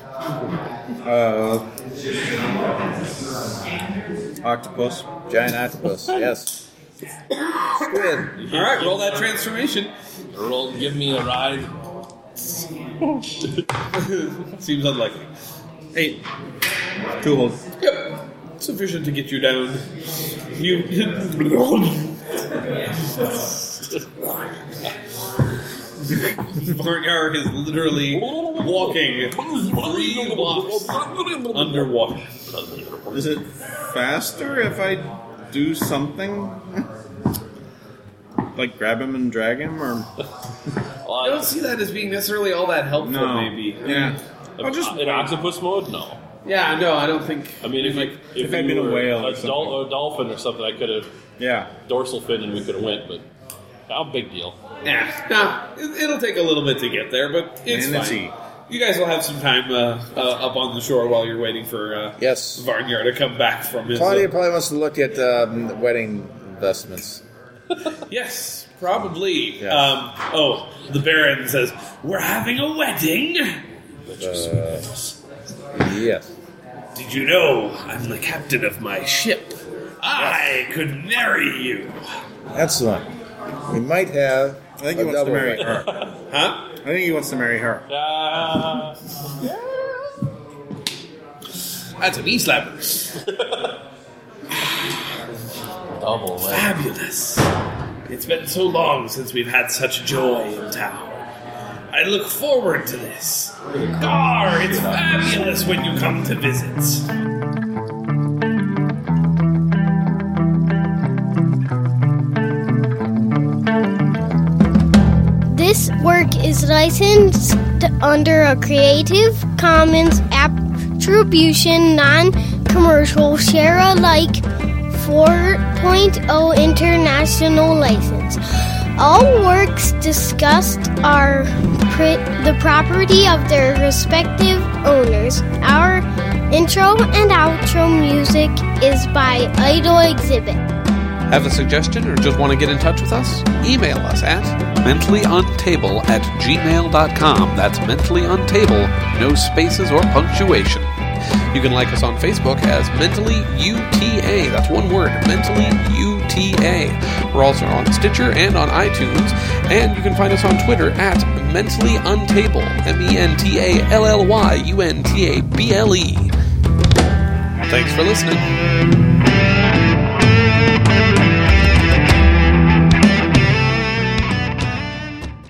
S5: Uh, octopus. Giant octopus, yes.
S4: All right, roll that transformation.
S10: Roll, give me a ride.
S4: Seems unlikely. Eight.
S7: Two hold.
S4: Yep. Sufficient to get you down. You. Barnyard is literally walking three blocks underwater.
S7: Is it faster if I do something? like grab him and drag him, or
S4: I don't see that as being necessarily all that helpful,
S7: No.
S4: maybe.
S7: Yeah.
S4: I'll just
S10: in octopus mode? No.
S4: Yeah, no, I don't think.
S10: I mean, if, like, if,
S7: If I'd
S10: we
S7: been a
S10: were
S7: whale or
S10: dol- a dolphin or something, I could have
S7: yeah
S10: dorsal fin and we could have went. But how big deal?
S4: Nah, nah, it- it'll take a little bit to get there, but it's
S7: Manatee.
S4: fine. You guys will have some time uh, uh, up on the shore while you're waiting for uh,
S5: Yes.
S4: Varnyard to come back from his.
S5: Claudia
S4: Uh,
S5: probably wants to look at um, the wedding investments.
S4: uh, yes, probably. Um, oh, the Baron says we're having a wedding.
S5: Uh, yes.
S12: Did you know I'm the captain of my ship? I could marry you.
S5: Excellent. We might have. I
S7: think he wants to marry her.
S4: huh?
S7: I think he wants to marry her.
S4: That's a knee slapper.
S10: Double
S12: Fabulous. It's been so long since we've had such joy in town. I look forward to this. Gar, it's fabulous when you come to visit.
S2: This work is licensed under a Creative Commons Attribution Non Commercial Share Alike 4.0 International License. All works discussed are pri- the property of their respective owners. Our intro and outro music is by Idol Exhibit.
S1: Have a suggestion or just want to get in touch with us? Email us at mentallyuntable at gmail.com. That's mentallyuntable, no spaces or punctuation. You can like us on Facebook as Mentally UTA. That's one word, Mentally UTA. We're also on Stitcher and on iTunes. And you can find us on Twitter at Mentally Untable, M E N T A L L Y U N T A B L E. Thanks for listening.